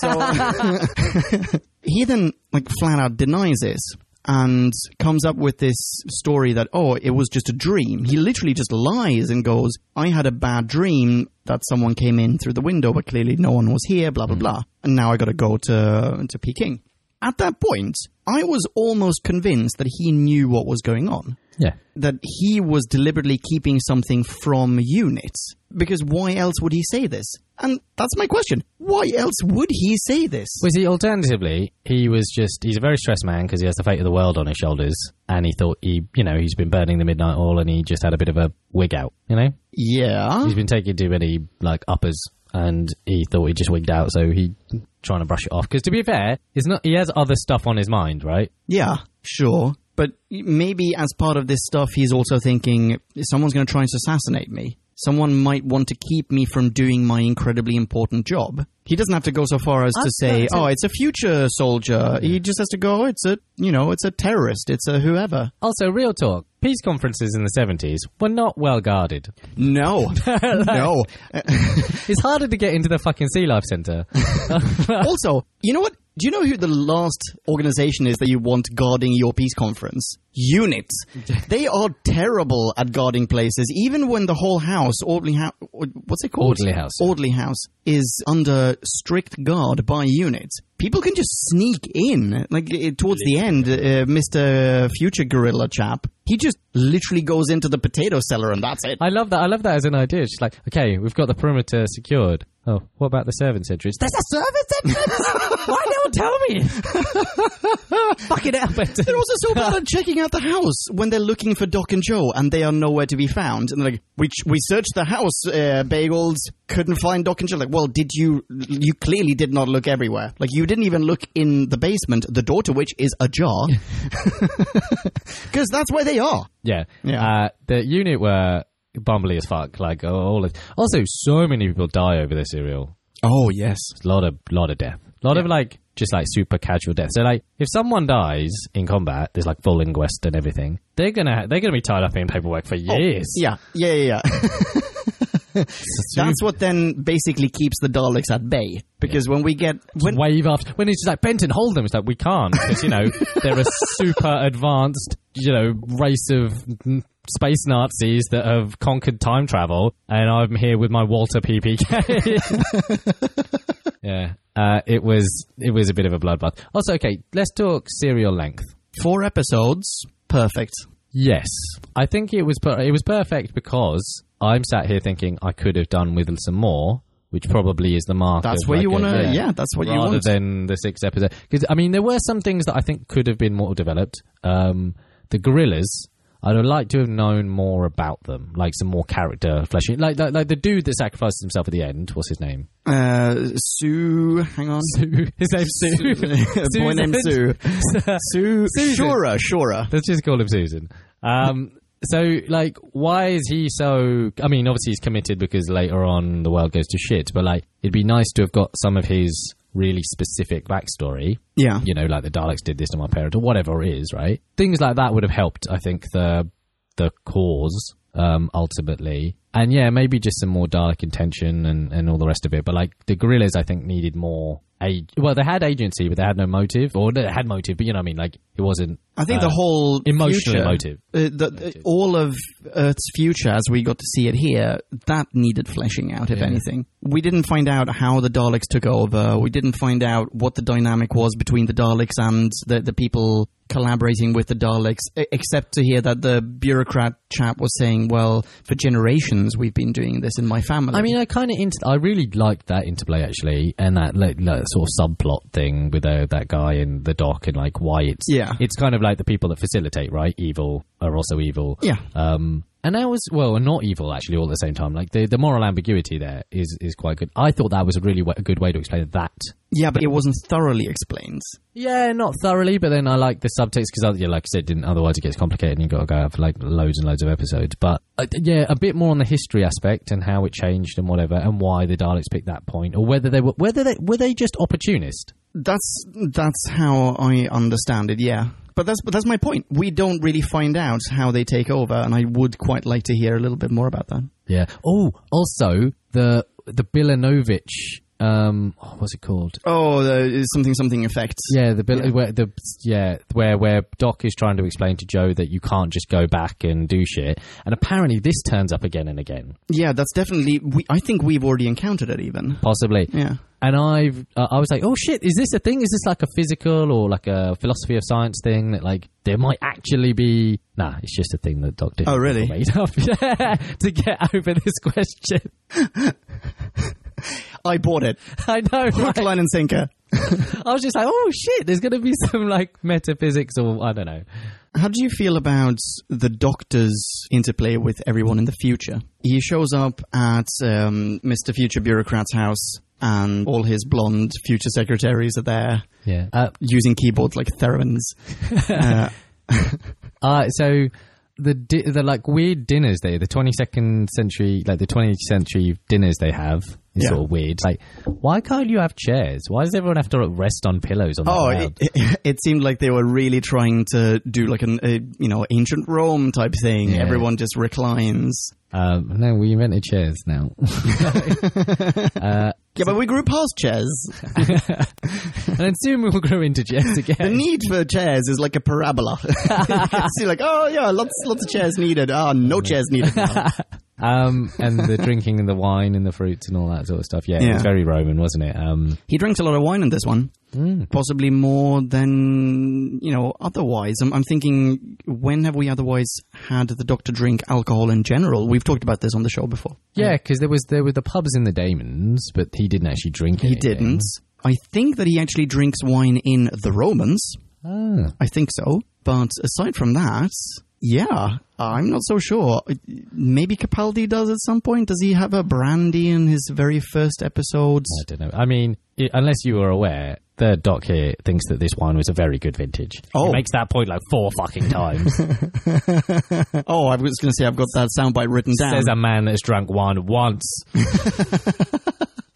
[SPEAKER 2] So he then like flat out denies this and comes up with this story that oh it was just a dream he literally just lies and goes i had a bad dream that someone came in through the window but clearly no one was here blah blah blah and now i gotta go to to peking at that point i was almost convinced that he knew what was going on
[SPEAKER 1] Yeah.
[SPEAKER 2] that he was deliberately keeping something from units because why else would he say this and that's my question why else would he say this
[SPEAKER 1] Was he alternatively? He was just—he's a very stressed man because he has the fate of the world on his shoulders, and he thought he, you know, he's been burning the midnight oil, and he just had a bit of a wig out. You know,
[SPEAKER 2] yeah
[SPEAKER 1] he's been taking too many like uppers, and he thought he just wigged out, so he trying to brush it off. Because to be fair, it's not—he has other stuff on his mind, right?
[SPEAKER 2] Yeah, sure. But maybe as part of this stuff, he's also thinking someone's going to try and assassinate me. Someone might want to keep me from doing my incredibly important job. He doesn't have to go so far as to say, "Oh, it's a future soldier." He just has to go, "Oh, "It's a, you know, it's a terrorist. It's a whoever."
[SPEAKER 1] Also, real talk: peace conferences in the seventies were not well guarded.
[SPEAKER 2] No, no.
[SPEAKER 1] It's harder to get into the fucking Sea Life Centre.
[SPEAKER 2] also, you know what? Do you know who the last organization is that you want guarding your peace conference? Units. They are terrible at guarding places, even when the whole house, Audley House, what's it called?
[SPEAKER 1] Audley House.
[SPEAKER 2] Audley House is under strict guard by units. People can just sneak in. Like eh, towards the end, uh, Mr. Future Gorilla chap, he just literally goes into the potato cellar and that's it.
[SPEAKER 1] I love that. I love that as an idea. She's like, okay, we've got the perimeter secured. Oh, what about the servants' entrance? There's a servants' entrance. Why no one tell me? Fucking hell, but
[SPEAKER 2] They're also so bad at checking out the house when they're looking for Doc and Joe and they are nowhere to be found. And they're like, we, ch- we searched the house, uh, bagels, couldn't find Doc and Joe. Like, well, did you, you clearly did not look everywhere. Like, you didn't even look in the basement, the door to which is ajar. Because that's where they are.
[SPEAKER 1] yeah,
[SPEAKER 2] Yeah.
[SPEAKER 1] Uh, the unit were bumbly as fuck. Like oh, all of, also, so many people die over this serial.
[SPEAKER 2] Oh, yes.
[SPEAKER 1] It's a lot of lot of death. A lot of like just like super casual death. So like if someone dies in combat, there's like full inquest and everything. They're gonna they're gonna be tied up in paperwork for years.
[SPEAKER 2] Yeah, yeah, yeah. yeah. That's what then basically keeps the Daleks at bay. Because when we get when
[SPEAKER 1] wave after when it's just like Benton, hold them. It's like we can't because you know they're a super advanced you know race of mm, space Nazis that have conquered time travel, and I'm here with my Walter PPK. yeah, uh, it was it was a bit of a bloodbath. Also, okay, let's talk serial length.
[SPEAKER 2] four episodes, perfect.
[SPEAKER 1] Yes, I think it was per- it was perfect because I'm sat here thinking I could have done with some more, which probably is the mark.
[SPEAKER 2] That's
[SPEAKER 1] of
[SPEAKER 2] where
[SPEAKER 1] like
[SPEAKER 2] you
[SPEAKER 1] a-
[SPEAKER 2] want to, yeah. that's what you
[SPEAKER 1] rather
[SPEAKER 2] want.
[SPEAKER 1] than the six episode. Because I mean, there were some things that I think could have been more developed. Um, the gorillas, I'd have liked to have known more about them, like some more character fleshing. Like, like like the dude that sacrifices himself at the end. What's his name?
[SPEAKER 2] Uh, Sue, hang on.
[SPEAKER 1] Sue. His name's Sue.
[SPEAKER 2] A boy named Sue. Sue.
[SPEAKER 1] Susan.
[SPEAKER 2] Shura, Shura.
[SPEAKER 1] Let's just call him Susan. Um, so, like, why is he so? I mean, obviously he's committed because later on the world goes to shit. But like, it'd be nice to have got some of his really specific backstory.
[SPEAKER 2] Yeah.
[SPEAKER 1] you know, like the Daleks did this to my parents or whatever it is, right? Things like that would have helped, I think, the the cause um, ultimately. And yeah, maybe just some more Dalek intention and, and all the rest of it. But like the gorillas, I think needed more ag- well, they had agency, but they had no motive, or they had motive, but you know what I mean. Like it wasn't.
[SPEAKER 2] I think the
[SPEAKER 1] uh,
[SPEAKER 2] whole
[SPEAKER 1] emotional
[SPEAKER 2] future,
[SPEAKER 1] motive.
[SPEAKER 2] uh, the- the- all of Earth's future, as we got to see it here, that needed fleshing out. If anything, we didn't find out how the Daleks took over. We didn't find out what the dynamic was between the Daleks and the, the people collaborating with the Daleks, e- except to hear that the bureaucrat chap was saying, "Well, for generations we've been doing this in my family."
[SPEAKER 1] I mean, I kind of inter- I really liked that interplay actually, and that like, like, sort of subplot thing with uh, that guy in the dock and like why it's
[SPEAKER 2] Yeah.
[SPEAKER 1] It's kind of like the people that facilitate right evil are also evil.
[SPEAKER 2] Yeah.
[SPEAKER 1] Um, and that was well, and not evil actually all at the same time. Like the, the moral ambiguity there is is quite good. I thought that was a really w- a good way to explain that
[SPEAKER 2] yeah, but it wasn't thoroughly explained.
[SPEAKER 1] Yeah, not thoroughly, but then I like the subtext because, yeah, like I said, didn't otherwise it gets complicated and you've got to go have like loads and loads of episodes. But uh, yeah, a bit more on the history aspect and how it changed and whatever, and why the Daleks picked that point, or whether they were whether they were they just opportunist.
[SPEAKER 2] That's that's how I understand it. Yeah, but that's but that's my point. We don't really find out how they take over, and I would quite like to hear a little bit more about that.
[SPEAKER 1] Yeah. Oh, also the the Bilinovich, um, oh, what's it called?
[SPEAKER 2] Oh, the something something effects.
[SPEAKER 1] Yeah, the Bill, where the yeah where where Doc is trying to explain to Joe that you can't just go back and do shit, and apparently this turns up again and again.
[SPEAKER 2] yeah, that's definitely. We, I think we've already encountered it. Even
[SPEAKER 1] possibly.
[SPEAKER 2] Yeah.
[SPEAKER 1] And I've, uh, I was like, oh shit, is this a thing? Is this like a physical or like a philosophy of science thing that like there might actually be? Nah, it's just a thing that Doctor
[SPEAKER 2] Oh, really?
[SPEAKER 1] made up to get over this question.
[SPEAKER 2] I bought it.
[SPEAKER 1] I know.
[SPEAKER 2] Hook,
[SPEAKER 1] right?
[SPEAKER 2] line, and sinker.
[SPEAKER 1] I was just like, oh shit, there's going to be some like metaphysics or I don't know.
[SPEAKER 2] How do you feel about the Doctor's interplay with everyone in the future? He shows up at um, Mr. Future Bureaucrat's house, and all his blonde future secretaries are there.
[SPEAKER 1] Yeah. Uh,
[SPEAKER 2] using keyboards like theremins. Uh,
[SPEAKER 1] Uh, so the di- the like weird dinners they the 22nd century like the 20th century dinners they have is
[SPEAKER 2] Yeah.
[SPEAKER 1] sort of weird. Like why can't you have chairs? Why does everyone have to rest on pillows on the
[SPEAKER 2] oh,
[SPEAKER 1] ground?
[SPEAKER 2] it, it, it seemed like they were really trying to do like an a, you know ancient Rome type thing.
[SPEAKER 1] Yeah.
[SPEAKER 2] Everyone just reclines.
[SPEAKER 1] Um, no, we invented chairs now.
[SPEAKER 2] Yeah, but we grew past chairs.
[SPEAKER 1] and then soon we will grow into chairs
[SPEAKER 2] The
[SPEAKER 1] again.
[SPEAKER 2] need for chairs is like a parabola. See, like oh yeah, lots lots of chairs needed. Ah, no chairs needed. now.
[SPEAKER 1] Um, and the drinking and the wine and the fruits and all that sort of stuff. Yeah, it
[SPEAKER 2] Yeah.
[SPEAKER 1] was very Roman, wasn't it? Um,
[SPEAKER 2] he drinks a lot of wine in this one, possibly more than you know otherwise. I'm, I'm thinking, when have we otherwise had the doctor drink alcohol in general? We've talked about this on the show before.
[SPEAKER 1] yeah, because there was there were the pubs in the Damons, but he didn't actually drink.
[SPEAKER 2] He
[SPEAKER 1] anything.
[SPEAKER 2] didn't. I think that he actually drinks wine in the Romans.
[SPEAKER 1] Ah.
[SPEAKER 2] I think so. But aside from that, yeah, I'm not so sure. Uh, Maybe Capaldi does at some point. Does he have a brandy in his very first episodes?
[SPEAKER 1] I don't know. I mean, i unless you were aware, the doc here thinks that this wine was a very good vintage.
[SPEAKER 2] Oh.
[SPEAKER 1] He makes that point like four fucking times.
[SPEAKER 2] Oh, I was going to say I've got that soundbite written down.
[SPEAKER 1] Says a man that's drank wine once.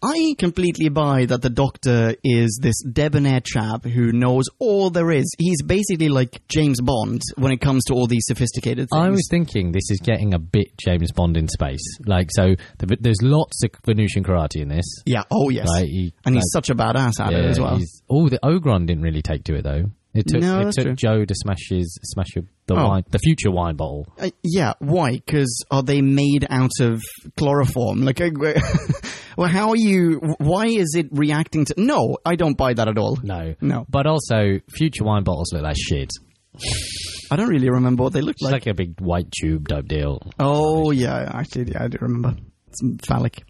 [SPEAKER 2] I completely buy that the Doctor is this debonair chap who knows all there is. He's basically like James Bond when it comes to all these sophisticated things.
[SPEAKER 1] I was thinking this is getting a bit James Bond in space. Like, so the, there's lots of Venusian karate in this.
[SPEAKER 2] yeah, oh yes.
[SPEAKER 1] Like, he-
[SPEAKER 2] and he's
[SPEAKER 1] like-
[SPEAKER 2] such a badass at it as well.
[SPEAKER 1] he's- Oh, the Ogron didn't really take to it though. It took
[SPEAKER 2] No,
[SPEAKER 1] it
[SPEAKER 2] that's
[SPEAKER 1] took
[SPEAKER 2] true.
[SPEAKER 1] Joe to smash his smash the
[SPEAKER 2] Oh.
[SPEAKER 1] wine the future wine bottle.
[SPEAKER 2] Uh, yeah, why? Because are they made out of chloroform? Like, uh, well, how are you? Why is it reacting to? No, I don't buy that at all.
[SPEAKER 1] No,
[SPEAKER 2] No.
[SPEAKER 1] But also, future wine bottles look like shit.
[SPEAKER 2] I don't really remember what they looked
[SPEAKER 1] It's like
[SPEAKER 2] like.
[SPEAKER 1] a big white tube type deal.
[SPEAKER 2] Oh yeah, actually, yeah, I do remember. It's phallic.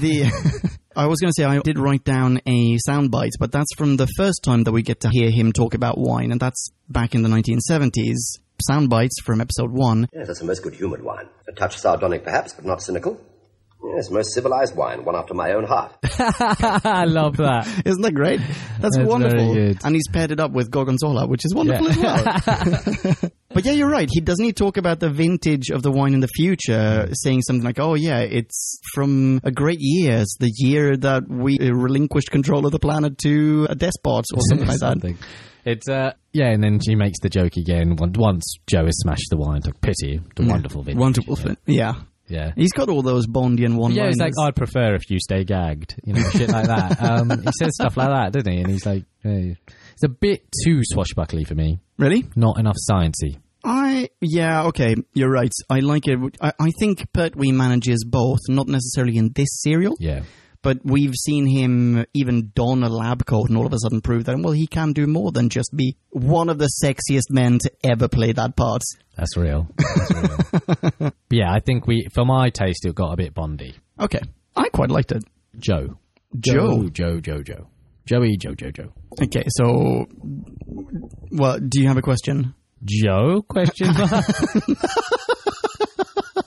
[SPEAKER 2] The I was going to say I did write down a soundbite, but that's from the first time that we get to hear him talk about wine, and that's back in the 1970s. Soundbites from episode one.
[SPEAKER 5] Yes, that's a most good humoured wine. A touch sardonic, perhaps, but not cynical. Yes, most civilized wine, one after my own heart.
[SPEAKER 1] I love that.
[SPEAKER 2] Isn't that great? That's,
[SPEAKER 1] very
[SPEAKER 2] wonderful.
[SPEAKER 1] good.
[SPEAKER 2] And he's paired it up with Gorgonzola, which is wonderful as well. but yeah, you're right. He doesn't he talk about the vintage of the wine in the
[SPEAKER 1] Mm.
[SPEAKER 2] future, saying something like, "Oh yeah, it's from a great year, it's the year that we uh, relinquished control of the planet to a despot or something like that."
[SPEAKER 1] Something. It's uh yeah, and then she makes the joke again. on- Once Joe has smashed the wine, like pity the wonderful vintage.
[SPEAKER 2] Wonderful, thing. yeah.
[SPEAKER 1] Yeah.
[SPEAKER 2] He's got all those Bondian one
[SPEAKER 1] Yeah,
[SPEAKER 2] liners.
[SPEAKER 1] he's like, "Oh, I'd prefer if you stay gagged, you know, shit like that. Um, he says stuff like that, doesn't he? And he's like, hey. it's a bit too swashbuckly for me.
[SPEAKER 2] Really?
[SPEAKER 1] Not enough sciencey.
[SPEAKER 2] I yeah okay you're right I like it I, I think Pertwee manages both not necessarily in this serial
[SPEAKER 1] Yeah,
[SPEAKER 2] but we've seen him even don a lab coat and all of a sudden prove that well he can do more than just be one of the sexiest men to ever play that part
[SPEAKER 1] that's real. That's real. But yeah, I think we, for my taste, it got a bit Bondy.
[SPEAKER 2] okay I quite liked it
[SPEAKER 1] Joe.
[SPEAKER 2] Joe.
[SPEAKER 1] Joe, Joe, Joe. Joey, Joe, Joe, Joe.
[SPEAKER 2] okay so well do you have a question
[SPEAKER 1] Joe? Question mark.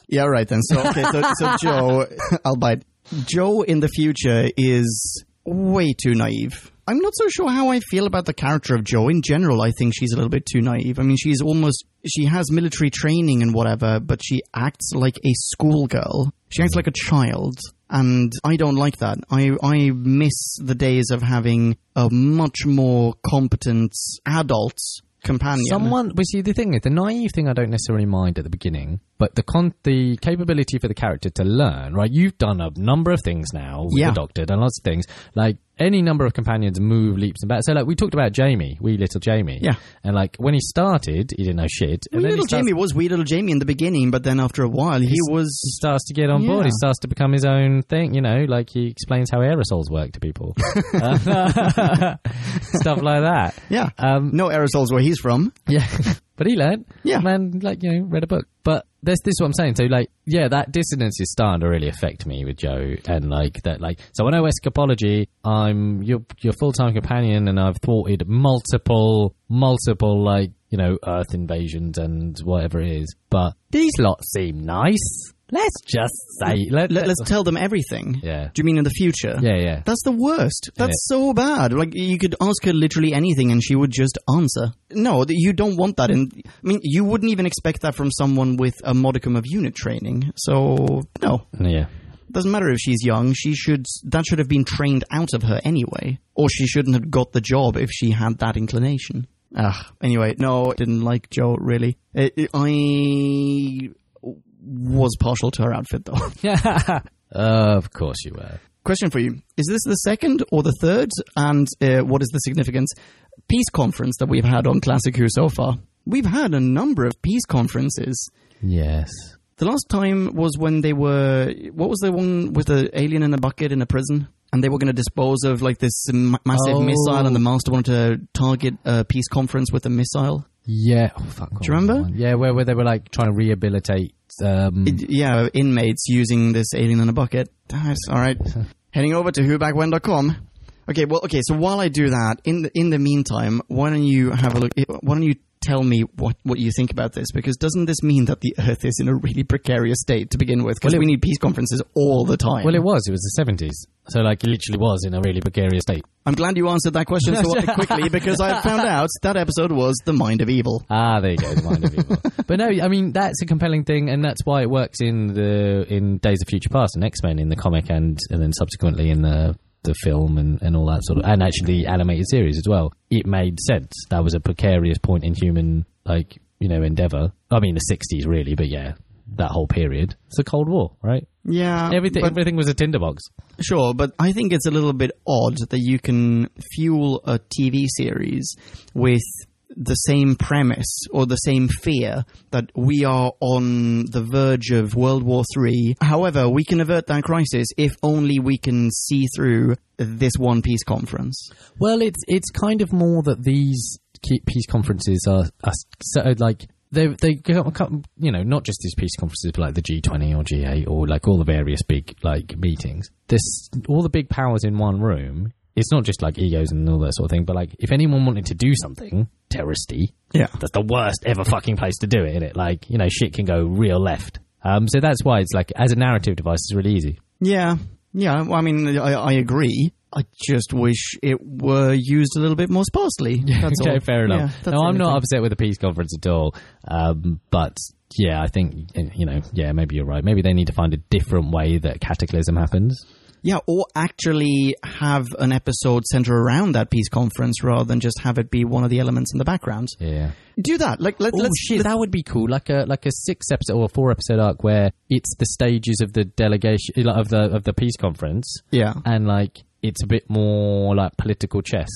[SPEAKER 2] Yeah, right then. So okay, so, so Joe, I'll bite. Joe in the future is way too naive. I'm not so sure how I feel about the character of Joe in general. I think she's a little bit too naive. I mean, she's almost she has military training and whatever, but she acts like a schoolgirl. She acts like a child. And I don't like that. I, I miss the days of having a much more competent adult companion.
[SPEAKER 1] Someone, but see, the thing is, the naive thing I don't necessarily mind at the beginning, but the con- the capability for the character to learn, right? You've done a number of things now with
[SPEAKER 2] Yeah.
[SPEAKER 1] the Doctor, done lots of things. Like, any number of companions move leaps and bounds. So, like, we talked about Jamie, wee little Jamie.
[SPEAKER 2] Yeah.
[SPEAKER 1] And, like, when he started, he didn't know shit.
[SPEAKER 2] Wee
[SPEAKER 1] and then
[SPEAKER 2] little
[SPEAKER 1] he starts,
[SPEAKER 2] Jamie was wee little Jamie in the beginning, but then after a while, he was
[SPEAKER 1] he starts to get on board.
[SPEAKER 2] Yeah.
[SPEAKER 1] He starts to become his own thing. You know, like he explains how aerosols work to people, Uh, stuff like that.
[SPEAKER 2] Yeah.
[SPEAKER 1] Um,
[SPEAKER 2] no aerosols where he's from.
[SPEAKER 1] Yeah. but he learned.
[SPEAKER 2] Yeah.
[SPEAKER 1] Man, like, you know, read a book. But this, this is what I'm saying. So, like, yeah, that dissonance is starting to really affect me with Joe. And, like, that, like, so I know escapology, I'm your, your full time companion, and I've thwarted multiple, multiple, like, you know, Earth invasions and whatever it is. But these lot seem nice. Let's just say, let,
[SPEAKER 2] Let, us tell them everything.
[SPEAKER 1] Uh, Yeah.
[SPEAKER 2] Do you mean in the future?
[SPEAKER 1] Yeah, yeah.
[SPEAKER 2] That's the worst. That's so bad. Like you could ask her literally anything and she would just answer. No, th- you don't want that. And I mean, you wouldn't even expect that from someone with a modicum of unit training. So no,
[SPEAKER 1] Yeah.
[SPEAKER 2] doesn't matter if she's young. She should. That should have been trained out of her anyway, or she shouldn't have got the job if she had that inclination. Ugh. Anyway, no, didn't like Joe really. It, it- I was partial to her outfit though.
[SPEAKER 1] of course you were.
[SPEAKER 2] Question for you: Is this the second or the third? And uh, what is the significance? Peace conference that we've had on Classic Who so far. We've had a number of peace conferences.
[SPEAKER 1] Yes.
[SPEAKER 2] The last time was when they were. What was the one with the alien in a bucket in a prison? And they were going to dispose of like this m- massive
[SPEAKER 1] Oh.
[SPEAKER 2] missile, and the master wanted to target a peace conference with a missile.
[SPEAKER 1] Yeah. Oh, fuck. Do
[SPEAKER 2] you remember?
[SPEAKER 1] Yeah, where, where they were, like, trying to rehabilitate. Um,
[SPEAKER 2] D- Yeah, inmates using this alien in a bucket. That's all right. Heading over to whobackwhen.com. Okay, well, okay. So while I do that, in the, in the meantime, why don't you have a look? eh, Why don't you tell me what, what you think about this? Because doesn't this mean that the Earth is in a really precarious state to begin with? Because we need peace conferences all the time.
[SPEAKER 1] Well, it was. It was the seventies. So, like, it literally was in a really precarious state.
[SPEAKER 2] I'm glad you answered that question so quickly because I found out that episode was the mind of evil.
[SPEAKER 1] Ah, there you go, the mind of evil. But no, I mean that's a compelling thing, and that's why it works in the in Days of Future Past and X Men in the comic, and and then subsequently in the the film and, and all that sort of, and actually the animated series as well. It made sense. That was a precarious point in human like you know endeavor. I mean the sixties really, but yeah, that whole period. It's the Cold War, right?
[SPEAKER 2] Yeah,
[SPEAKER 1] Everything
[SPEAKER 2] but-
[SPEAKER 1] everything was a tinderbox.
[SPEAKER 2] Sure, but I think it's a little bit odd that you can fuel a TV series with the same premise or the same fear that we are on the verge of World War III. However, we can avert that crisis if only we can see through this one peace conference.
[SPEAKER 1] Well, it's it's kind of more that these key- peace conferences are, are so like they they go- come- you know not just these peace conferences but like the G20 or G8 or like all the various big like meetings. This all the big powers in one room. It's not just like egos and all that sort of thing, but like if anyone wanted to do something terroristy,
[SPEAKER 2] Yeah.
[SPEAKER 1] that's the worst ever fucking place to do it, isn't it? Like you know shit can go real left. Um, so that's why it's like as a narrative device, it's really easy.
[SPEAKER 2] Yeah. Yeah, well, I mean, I, I agree. I just wish it were used a little bit more sparsely. That's
[SPEAKER 1] okay,
[SPEAKER 2] all.
[SPEAKER 1] fair
[SPEAKER 2] Yeah,
[SPEAKER 1] enough.
[SPEAKER 2] that's
[SPEAKER 1] no,
[SPEAKER 2] the
[SPEAKER 1] I'm
[SPEAKER 2] only
[SPEAKER 1] not
[SPEAKER 2] thing.
[SPEAKER 1] upset with the peace conference at all. Um, but yeah, I think you know, yeah, maybe you're right. Maybe they need to find a different way that cataclysm happens.
[SPEAKER 2] Yeah, or actually have an episode center around that peace conference rather than just have it be one of the elements in the background.
[SPEAKER 1] Yeah.
[SPEAKER 2] Do that. Like, let,
[SPEAKER 1] Oh
[SPEAKER 2] let's.
[SPEAKER 1] shit, that would be cool. Like a like a six episode or four episode arc where it's the stages of the delegation like, of the of the peace conference,
[SPEAKER 2] yeah.
[SPEAKER 1] and like it's a bit more like political chess.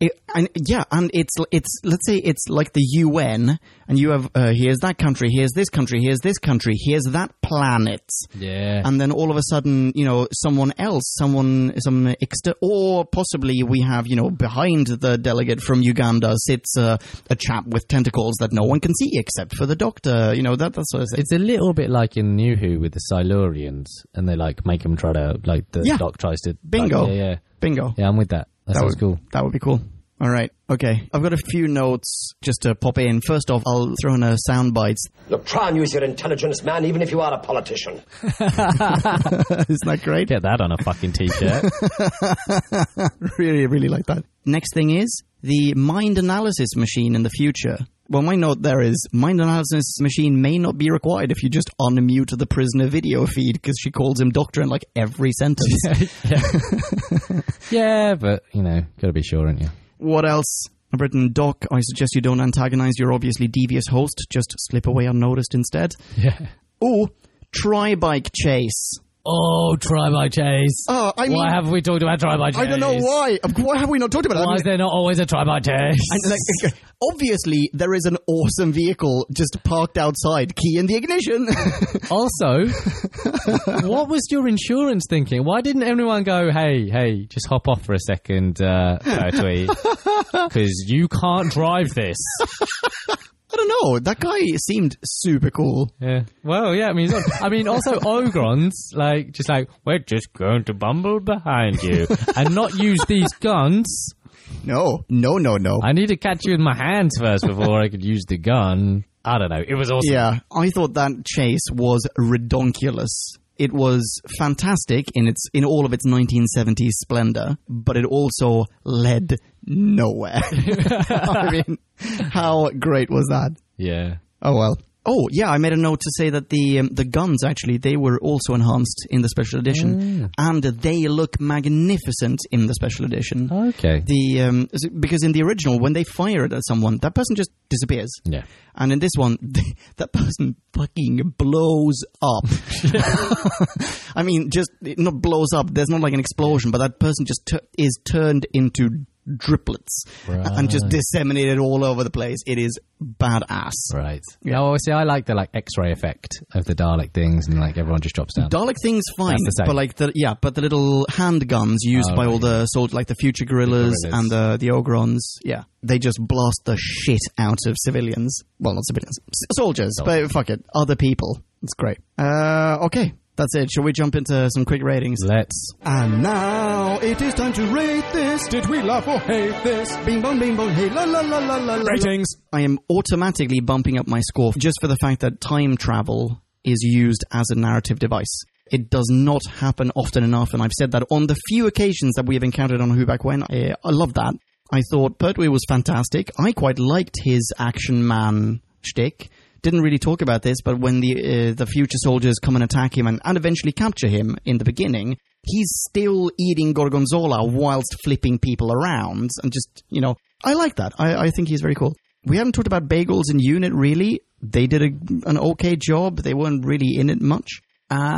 [SPEAKER 2] It, and yeah, and it's it's let's say it's like the UN, and you have uh, here's that country, here's this country, here's this country, here's that planet,
[SPEAKER 1] Yeah.
[SPEAKER 2] and then all of a sudden, you know, someone else, someone, some exter, or possibly we have, you know, behind the delegate from Uganda sits uh, a chap with tentacles that no one can see except for the doctor, you know, that that sort of thing.
[SPEAKER 1] It's a little bbit like in New Who with the Silurians, and they like make them try to like the
[SPEAKER 2] Yeah.
[SPEAKER 1] doc tries to
[SPEAKER 2] Bingo.
[SPEAKER 1] like, yeah, yeah,
[SPEAKER 2] Bingo.
[SPEAKER 1] yeah. I'm with that. That, sounds
[SPEAKER 2] would,
[SPEAKER 1] cool.
[SPEAKER 2] That would be cool. All right. Okay. I've got a few notes just to pop in. First off, I'll throw in a sound bites.
[SPEAKER 5] Look, try and use your intelligence, man, even if you are a politician.
[SPEAKER 2] Isn't that great?
[SPEAKER 1] Get that on a fucking t-shirt.
[SPEAKER 2] really, really like that. Next thing is the mind analysis machine in the future. Well, my note there is mind analysis machine may not be required if you just unmute the prisoner video feed because she calls him doctor in like every sentence.
[SPEAKER 1] yeah, but you know, gotta be sure, ain't you?
[SPEAKER 2] What else? I've written, Doc, I suggest you don't antagonize your obviously devious host. Just slip away unnoticed instead.
[SPEAKER 1] Yeah.
[SPEAKER 2] Ooh, tri bike chase.
[SPEAKER 1] Oh, try by chase.
[SPEAKER 2] Oh, I mean,
[SPEAKER 1] why have we talked about try by chase?
[SPEAKER 2] I don't know why. Why have we not talked about it? I
[SPEAKER 1] Why
[SPEAKER 2] mean,
[SPEAKER 1] is there not always a try by chase?
[SPEAKER 2] And like, obviously, there is an awesome vehicle just parked outside. Key in the ignition.
[SPEAKER 1] Also, what was your insurance thinking? Why didn't everyone go, hey, hey, just hop off for a second, uh, Because you can't drive this.
[SPEAKER 2] I don't know. That guy seemed super cool.
[SPEAKER 1] Yeah. Well, yeah, I mean, he's not- I mean, also Ogrons, like, just like, we're just going to bumble behind you and not use these guns.
[SPEAKER 2] No, no, no, no.
[SPEAKER 1] I need to catch you in my hands first before I could use the gun. I don't know. It was awesome.
[SPEAKER 2] yeah, I thought that chase was redonkulous. It was fantastic in its in all of its 1970s splendor, but it also led nowhere. I mean, how great was that?
[SPEAKER 1] Yeah.
[SPEAKER 2] Oh well. Oh yeah, I made a note to say that the um, the guns actually they were also enhanced in the special edition, and they look magnificent in the special edition.
[SPEAKER 1] Oh. Okay.
[SPEAKER 2] The um, is it- because in the original when they fire it at someone, that person just disappears.
[SPEAKER 1] Yeah.
[SPEAKER 2] And in this one, that person fucking blows up. I mean, just it not blows up. There's not like an explosion, but that person just tu- is turned into driplets and just disseminated all over the place. It is badass.
[SPEAKER 1] Right. Yeah. Oh, see, I like the like X-ray effect of the Dalek things, and like everyone just drops down.
[SPEAKER 2] Dalek things fine,
[SPEAKER 1] That's the same.
[SPEAKER 2] but like the yeah, but the little handguns used
[SPEAKER 1] Oh,
[SPEAKER 2] by all
[SPEAKER 1] right.
[SPEAKER 2] the soldiers, like the future gorillas,
[SPEAKER 1] The
[SPEAKER 2] and
[SPEAKER 1] guerrillas.
[SPEAKER 2] the the ogrons, yeah, they just blast the shit out of civilians. Well, not civilians, s- soldiers, but fuck it, other people. It's great. Uh, okay, that's it. Shall we jump into some quick ratings?
[SPEAKER 1] Let's.
[SPEAKER 2] And now it is time to rate this.
[SPEAKER 4] Did we laugh or hate this?
[SPEAKER 2] Bing bong, bing bong, hey la la la la la la.
[SPEAKER 4] Ratings.
[SPEAKER 2] I am automatically bumping up my score just for the fact that time travel is used as a narrative device. It does not happen often enough, and I've said that on the few occasions that we have encountered on Who Back When. I, I love that. I thought Pertwee was fantastic. I quite liked his action man shtick. Didn't really talk about this, but when the uh, the future soldiers come and attack him and, and eventually capture him in the beginning, he's still eating gorgonzola whilst flipping people around and just you know I like that. I, I think he's very cool. We haven't talked about bagels in unit really. They did a, an okay job. They weren't really in it much.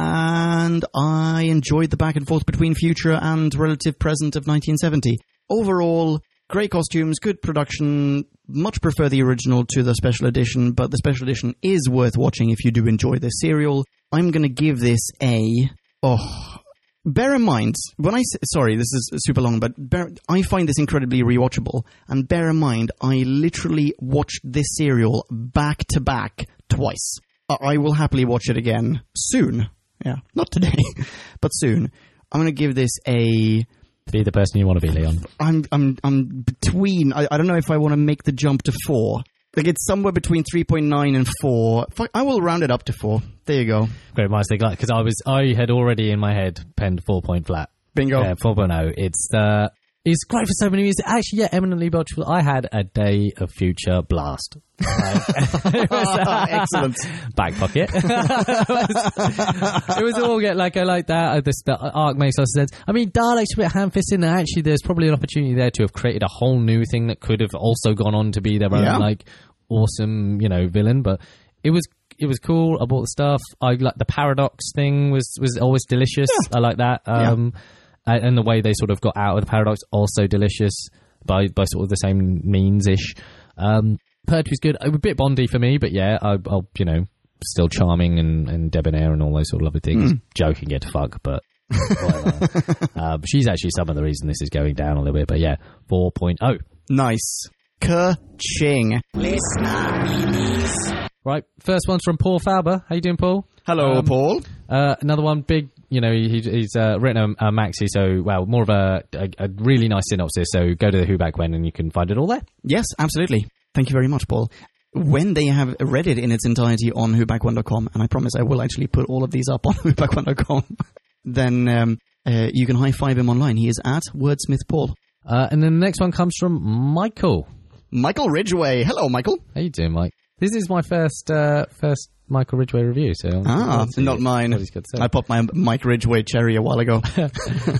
[SPEAKER 2] And I enjoyed the back and forth between future and relative present of 1970. Overall, great costumes, good production. Much prefer the original to the special edition, but the special edition is worth watching if you do enjoy this serial. I'm going to give this a. Oh, bear in mind when I s- sorry this is super long but bear, I find this incredibly rewatchable and bear in mind I literally watched this serial back to back twice I, I will happily watch it again soon yeah not today but soon I'm going to give this a
[SPEAKER 1] Be the person you want to be, Leon.
[SPEAKER 2] I'm I'm I'm between. I, I don't know if I want to make the jump to four. Like it's somewhere between three point nine and four. Fuck, I will round it up to four. There you go.
[SPEAKER 1] Great minds think alike. Because I was, I had already in my head penned four point flat.
[SPEAKER 2] Bingo.
[SPEAKER 1] Yeah, four point oh. It's uh, It's great for so many reasons. Actually, yeah, eminently botchable. I had a day of future blast. It was-
[SPEAKER 2] Excellent.
[SPEAKER 1] back pocket. it, was, it was all get like I like that. Uh, This the arc makes lots of sense. I mean, Dalek's a bit ham fisted, and actually, there's probably an opportunity there to have created a whole new thing that could have also gone on to be their own
[SPEAKER 2] Yeah.
[SPEAKER 1] like awesome, you know, villain. But it was it was cool. I bought the stuff. I like the paradox thing was was always delicious. I like that. Um, and, and the way they sort of got out of the paradox also delicious by by sort of the same means ish. Um, Purge was good. It was a bit Bondy for me, but yeah, I, I'll you know still charming and, and debonair and all those sort of lovely things. Joking, get fuck, but whatever. um, she's actually some of the reason this is going down a little bit. But yeah, oh. 4.0.
[SPEAKER 2] Nice. Ka-ching.
[SPEAKER 1] Right, first one's from Paul Faber. How you doing, Paul?
[SPEAKER 2] Hello, Paul.
[SPEAKER 1] Uh, another one, big. You know, he, he's uh, written a, a maxi, so well, more of a, a a really nice synopsis. So go to the Who Back When, and you can find it all there.
[SPEAKER 2] Yes, absolutely. Thank you very much, Paul. When they have read it in its entirety on whoback1.com, and I promise I will actually put all of these up on whoback1.com, then um, uh, you can high five him online. He is at Wordsmith Paul.
[SPEAKER 1] Uh, and then the next one comes from Michael.
[SPEAKER 2] Michael Ridgway. Hello, Michael.
[SPEAKER 1] How you doing, Mike? This is my first uh, first Michael Ridgway review. So I'm-
[SPEAKER 2] Ah,
[SPEAKER 1] I'll see
[SPEAKER 2] not
[SPEAKER 1] what-
[SPEAKER 2] mine.
[SPEAKER 1] what he's got to say.
[SPEAKER 2] I popped my Mike Ridgway cherry a while ago.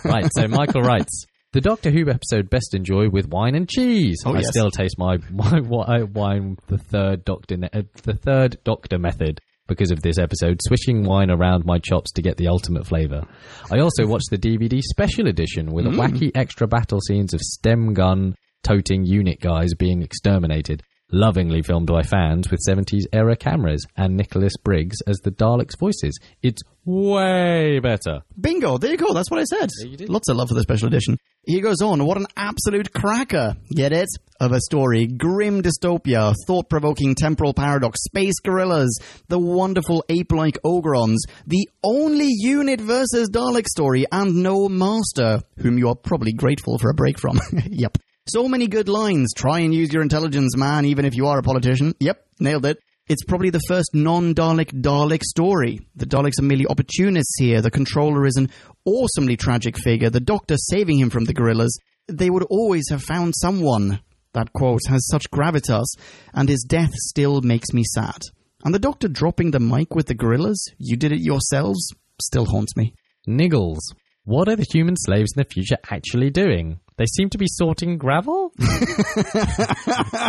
[SPEAKER 1] right, so Michael writes the Doctor Who episode best enjoyed with wine and cheese.
[SPEAKER 2] Oh,
[SPEAKER 1] I
[SPEAKER 2] yes.
[SPEAKER 1] still taste my, my, wi- wine the third Doctor ne- uh, the third Doctor method because of this episode, swishing wine around my chops to get the ultimate flavour. I also watched the DVD special edition
[SPEAKER 2] Mm.
[SPEAKER 1] with wacky extra battle scenes of stem gun toting unit guys being exterminated. Lovingly filmed by fans with 70s era cameras and Nicholas Briggs as the Daleks' voices. It's way better.
[SPEAKER 2] Bingo, there you go, that's what I said. Lots of love for the special edition. He goes on, what an absolute cracker, get it? Of a story, grim dystopia, thought provoking temporal paradox, space gorillas, the wonderful ape like Ogrons, the only unit versus Dalek story, and no master, whom you are probably grateful for a break from. yep. So many good lines. Try and use your intelligence, man, even if you are a politician. Yep, nailed it. It's probably the first non Dalek Dalek story. The Daleks are merely opportunists here. The controller is an awesomely tragic figure. The doctor saving him from the gorillas. They would always have found someone. That quote has such gravitas, and his death still makes me sad. And the doctor dropping the mic with the gorillas, you did it yourselves, still haunts me.
[SPEAKER 1] Niggles. What are the human slaves in the future actually doing? They seem to be sorting gravel?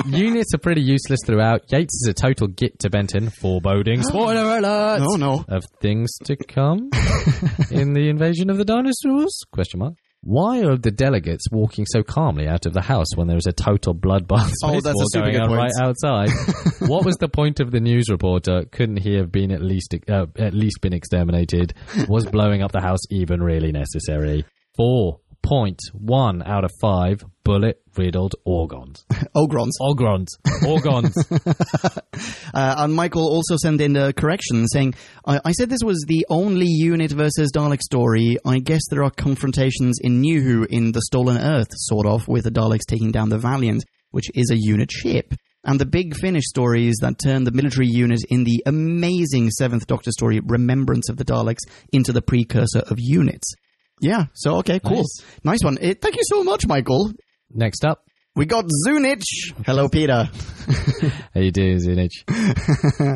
[SPEAKER 1] Units are pretty useless throughout. Yates is a total git to Benton, foreboding spoiler alert
[SPEAKER 2] Oh no.
[SPEAKER 1] of things to come in the invasion of the dinosaurs? Question mark. Why are the delegates walking so calmly out of the house when there is a total bloodbath
[SPEAKER 2] Oh,
[SPEAKER 1] space
[SPEAKER 2] that's a
[SPEAKER 1] war
[SPEAKER 2] super
[SPEAKER 1] going
[SPEAKER 2] good
[SPEAKER 1] on
[SPEAKER 2] point.
[SPEAKER 1] right outside? what was the point of the news reporter? Couldn't he have been at least uh, at least been exterminated? Was blowing up the house even really necessary? Four point one out of five bullet riddled orgons.
[SPEAKER 2] Ogrons.
[SPEAKER 1] Orgons. Orgons.
[SPEAKER 2] Uh, and Michael also sent in a correction saying, I, I said this was the only unit versus Dalek story. I guess there are confrontations in New Who in The Stolen Earth, sort of, with the Daleks taking down the Valiant, which is a unit ship. And the big finish stories that turn the military unit in the amazing Seventh Doctor story, Remembrance of the Daleks, into the precursor of units. Yeah, so okay, cool. Nice, one. Eh, thank you so much, Michael.
[SPEAKER 1] Next up.
[SPEAKER 2] We got Zunich. Hello, Peter.
[SPEAKER 1] How you doing, Zinich?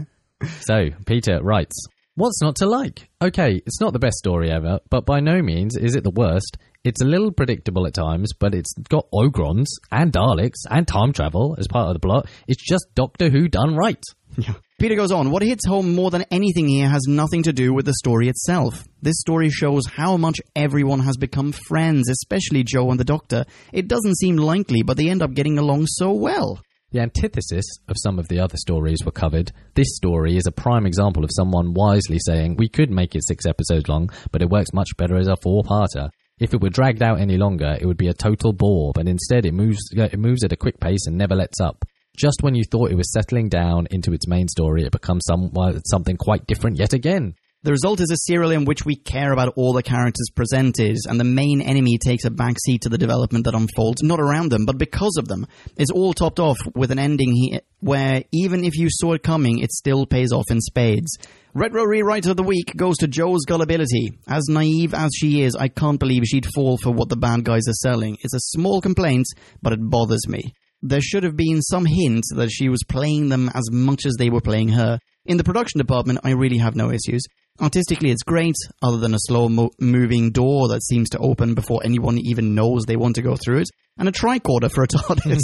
[SPEAKER 1] so, Peter writes, What's not to like? Okay, it's not the best story ever, but by no means is it the worst. It's a little predictable at times, but it's got Ogrons and Daleks and time travel as part of the plot. It's just Doctor Who done right.
[SPEAKER 2] Peter goes on, what hits home more than anything here has nothing to do with the story itself. This story shows how much everyone has become friends, especially Joe and the Doctor. It doesn't seem likely, but they end up getting along so well.
[SPEAKER 1] The antithesis of some of the other stories were covered. This story is a prime example of someone wisely saying, We could make it six episodes long, but it works much better as a four parter. If it were dragged out any longer, it would be a total bore, but instead it moves, uh, it moves at a quick pace and never lets up. Just when you thought it was settling down into its main story, it becomes some, well, something quite different yet again.
[SPEAKER 2] The result is a serial in which we care about all the characters presented, and the main enemy takes a backseat to the development that unfolds, not around them, but because of them. It's all topped off with an ending he- where, even if you saw it coming, it still pays off in spades. Retro Rewrite of the Week goes to Joel's gullibility. As naive as she is, I can't believe she'd fall for what the bad guys are selling. It's a small complaint, but it bothers me. There should have been some hint that she was playing them as much as they were playing her. In the production department, I really have no issues. Artistically, it's great, other than a slow mo- moving door that seems to open before anyone even knows they want to go through it, and a tricorder for a TARDIS.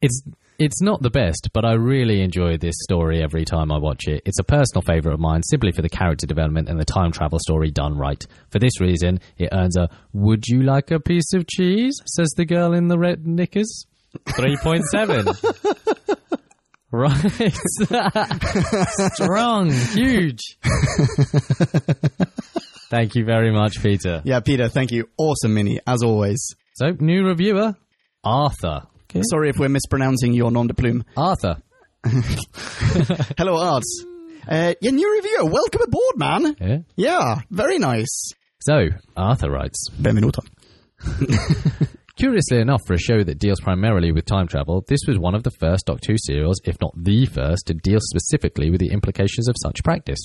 [SPEAKER 1] It's it's not the best, but I really enjoy this story every time I watch it. It's a personal favourite of mine simply for the character development and the time travel story done right. For this reason, it earns a Would you like a piece of cheese? says the girl in the red knickers. 3.7. right. Strong. Huge. Thank you very much, Peter.
[SPEAKER 2] yeah, Peter, thank you. Awesome mini, as always.
[SPEAKER 1] So, new reviewer, Arthur.
[SPEAKER 2] Sorry if we're mispronouncing your nom de plume.
[SPEAKER 1] Arthur.
[SPEAKER 2] Hello, Arts. Uh, your new reviewer, welcome aboard, man.
[SPEAKER 1] Yeah.
[SPEAKER 2] Yeah, very nice.
[SPEAKER 1] So, Arthur writes.
[SPEAKER 2] Benvenuto.
[SPEAKER 1] Curiously enough, for a show that deals primarily with time travel, this was one of the first Doctor Who serials, if not the first, to deal specifically with the implications of such practice.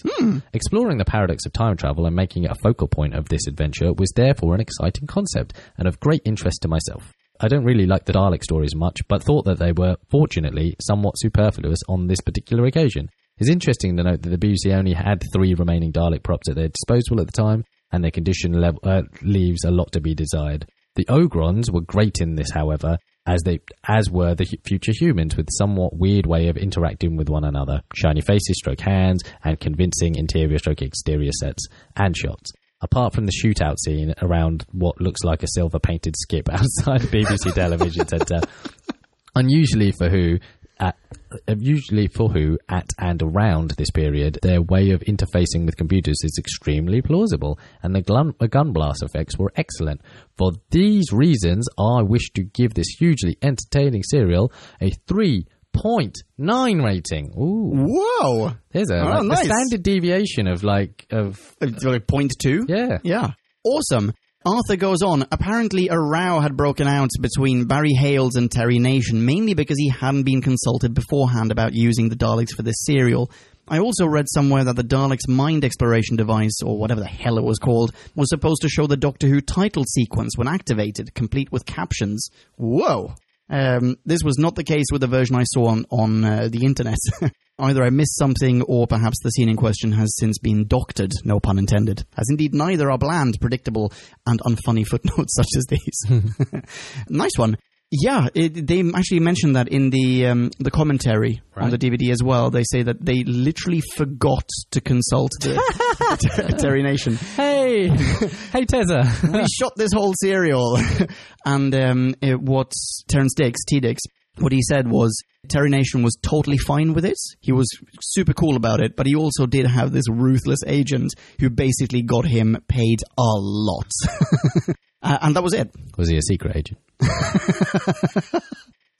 [SPEAKER 1] Exploring the paradox of time travel and making it a focal point of this adventure was therefore an exciting concept and of great interest to myself. I don't really like the Dalek stories much, but thought that they were, fortunately, somewhat superfluous on this particular occasion. It's interesting to note that the BBC only had three remaining Dalek props at their disposal at the time, and their condition level, uh, leaves a lot to be desired. The Ogrons were great in this, however, as they as were the hu- future humans with somewhat weird way of interacting with one another. Shiny faces, stroke hands, and convincing interior stroke exterior sets and shots. Apart from the shootout scene around what looks like a silver painted skip outside BBC Television Centre, unusually for who at usually for who at and around this period their way of interfacing with computers is extremely plausible and the glun- uh, gun blast effects were excellent for these reasons i wish to give this hugely entertaining serial a 3.9 rating ooh
[SPEAKER 2] Whoa.
[SPEAKER 1] there's a,
[SPEAKER 2] Oh,
[SPEAKER 1] like, the
[SPEAKER 2] nice.
[SPEAKER 1] standard deviation of like of
[SPEAKER 2] Uh, Like point two?
[SPEAKER 1] Yeah.
[SPEAKER 2] Yeah. Awesome. Arthur goes on. Apparently, a row had broken out between Barry Hales and Terry Nation, mainly because he hadn't been consulted beforehand about using the Daleks for this serial. I also read somewhere that the Daleks' mind exploration device, or whatever the hell it was called, was supposed to show the Doctor Who title sequence when activated, complete with captions. Whoa! Um, this was not the case with the version I saw on, on uh, the internet. Either I missed something, or perhaps the scene in question has since been doctored, no pun intended, as indeed neither are bland, predictable, and unfunny footnotes such as these. nice one. Yeah, it, they actually mentioned that in the um, the commentary on the DVD as well. They say that they literally forgot to consult the Terry Nation
[SPEAKER 1] hey hey tezza
[SPEAKER 2] we shot this whole serial. and um, it, what Terence Dix, T Dix, what he said was Terry Nation was totally fine with it. He was super cool about it, but he also did have this ruthless agent who basically got him paid a lot. Uh, and that was it.
[SPEAKER 1] was he a secret agent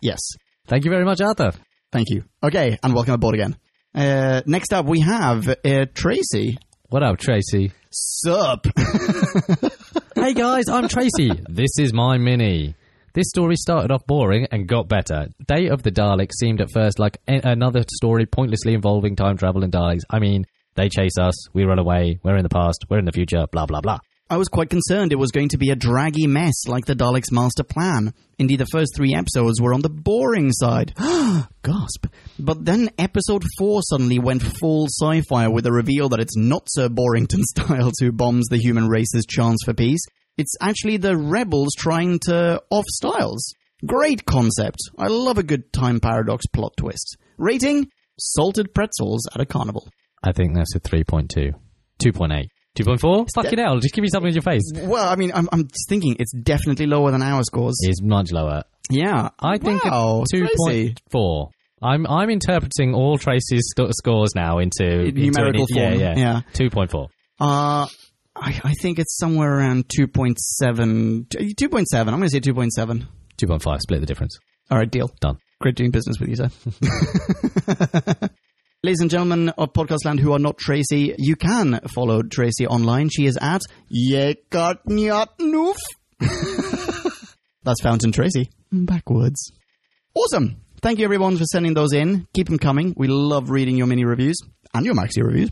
[SPEAKER 2] Yes.
[SPEAKER 1] thank you very much arthur
[SPEAKER 2] Thank you. Okay, and welcome aboard again. Uh, next up, we have uh, Tracy.
[SPEAKER 1] what up tracy
[SPEAKER 2] Sup?
[SPEAKER 1] Hey guys, I'm Tracy. this is my mini. This story started off boring and got better. Day of the Daleks seemed at first like a- another story pointlessly involving time travel and Daleks. I mean, they chase us, we run away, we're in the past, we're in the future, blah blah blah.
[SPEAKER 2] I was quite concerned it was going to be a draggy mess like the Daleks' master plan. Indeed, the first three episodes were on the boring side. Gasp. But then episode four suddenly went full sci fi with a reveal that it's not Sir Borington Styles who bombs the human race's chance for peace. It's actually the rebels trying to off Styles. Great concept. I love a good time paradox plot twist. Rating? Salted pretzels at a carnival.
[SPEAKER 1] I think that's a 3.2. 2.8. 2.4? Fucking hell, just give me something in your face.
[SPEAKER 2] Well, I mean, I'm, I'm just thinking it's definitely lower than our scores.
[SPEAKER 1] It's much lower.
[SPEAKER 2] Yeah,
[SPEAKER 1] I think
[SPEAKER 2] wow,
[SPEAKER 1] a
[SPEAKER 2] Tracy.
[SPEAKER 1] 2.4. I'm I'm interpreting all Tracy's st- scores now into into an-
[SPEAKER 2] numerical form,
[SPEAKER 1] Yeah, yeah.
[SPEAKER 2] yeah.
[SPEAKER 1] 2.4.
[SPEAKER 2] Uh, I, I think it's somewhere around 2.7. 2.7. I'm going to say 2.7.
[SPEAKER 1] 2.5, split the difference.
[SPEAKER 2] All right, deal.
[SPEAKER 1] Done.
[SPEAKER 2] Great doing business with you, sir. Ladies and gentlemen of Podcastland who are not Tracy, you can follow Tracy online. She is at Yekatnyatnoof. That's Fountain Tracy. Backwards. Awesome. Thank you everyone for sending those in. Keep them coming. We love reading your mini reviews and your maxi reviews.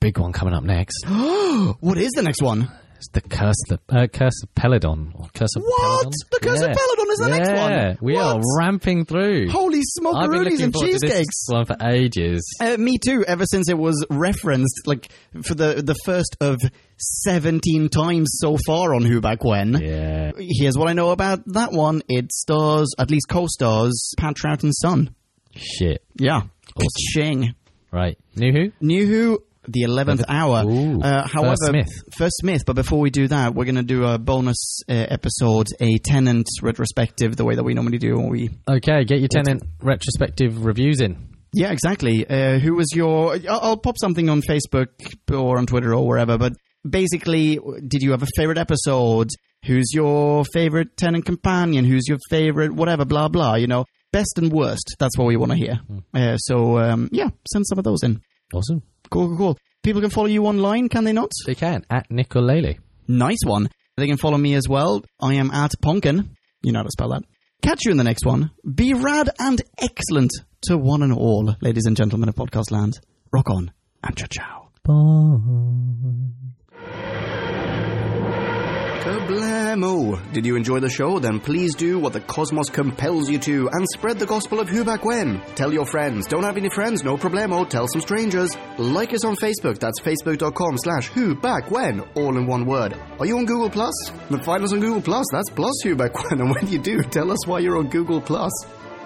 [SPEAKER 1] Big one coming up next.
[SPEAKER 2] What is the next one?
[SPEAKER 1] It's the curse of the uh, curse of Peladon or curse of
[SPEAKER 2] What?
[SPEAKER 1] Peladon.
[SPEAKER 2] The Curse of Peladon is the next one?
[SPEAKER 1] Yeah, we
[SPEAKER 2] What?
[SPEAKER 1] are ramping through.
[SPEAKER 2] Holy
[SPEAKER 1] I've been
[SPEAKER 2] smokeroonies
[SPEAKER 1] looking
[SPEAKER 2] and
[SPEAKER 1] forward to this
[SPEAKER 2] cheesecakes.
[SPEAKER 1] one for ages.
[SPEAKER 2] Uh, me too. Ever since it was referenced, like for the the first of seventeen times so far on Who Back When.
[SPEAKER 1] Yeah,
[SPEAKER 2] Here's what I know about that one. It stars, at least co-stars, Pat Troughton's son.
[SPEAKER 1] shit.
[SPEAKER 2] Yeah, Ching.
[SPEAKER 1] Right, new who?
[SPEAKER 2] New Who, the eleventh hour.
[SPEAKER 1] Ooh.
[SPEAKER 2] uh,
[SPEAKER 1] First
[SPEAKER 2] however,
[SPEAKER 1] Smith.
[SPEAKER 2] First Smith. But before we do that, we're going to do a bonus uh, episode, a tenant retrospective, the way that we normally do when we
[SPEAKER 1] Okay, get your tenant retrospective reviews in.
[SPEAKER 2] Yeah, exactly. Uh, who was your? I- I'll pop something on Facebook or on Twitter or wherever. But basically, did you have a favorite episode? Who's your favorite tenant companion? Who's your favorite whatever? Blah blah. You know, best and worst. That's what we want to hear. Uh, so um, yeah, send some of those in.
[SPEAKER 1] Awesome.
[SPEAKER 2] Cool, cool, cool. People can follow you online, can they not?
[SPEAKER 1] They can at Nicolele.
[SPEAKER 2] Nice one. They can follow me as well. I am at Ponkin. You know how to spell that. Catch you in the next one. Be rad and excellent to one and all, ladies and gentlemen of Podcast Land. Rock on and ciao ciao.
[SPEAKER 3] Kablamo! Did you enjoy the show? Then please do what the cosmos compels you to and spread the gospel of who back when. Tell your friends. Don't have any friends? No problemo. Tell some strangers. Like us on Facebook. That's facebook.com slash who back when, all in one word. Are you on Google Plus? Then find us on Google Plus. That's plus who back when. And when you do, tell us why you're on Google Plus.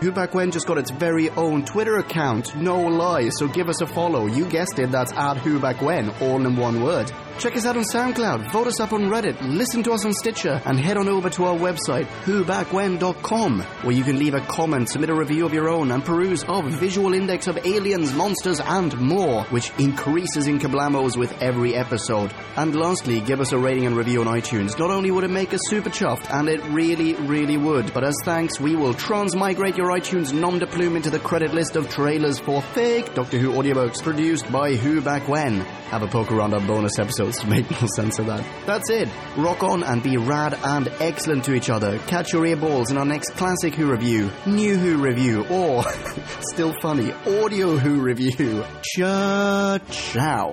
[SPEAKER 3] Who Back When just got its very own Twitter account, no lie, so give us a follow. You guessed it, that's at Who Back When, all in one word. Check us out on SoundCloud, vote us up on Reddit, listen to us on Stitcher, and head on over to our website, whobackwhen.com, where you can leave a comment, submit a review of your own, and peruse our visual index of aliens, monsters, and more, which increases in kablamos with every episode. And lastly, give us a rating and review on iTunes. Not only would it make us super chuffed, and it really, really would, but as thanks, we will transmigrate your iTunes nom de plume into the credit list of trailers for fake Doctor Who audiobooks produced by Who Back When. Have a poke around our bonus episodes to make more sense of that. That's it. Rock on and be rad and excellent to each other. Catch your ear balls in our next classic Who review, new Who review, or, still funny, audio Who review. Cha ciao.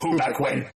[SPEAKER 6] Who back when?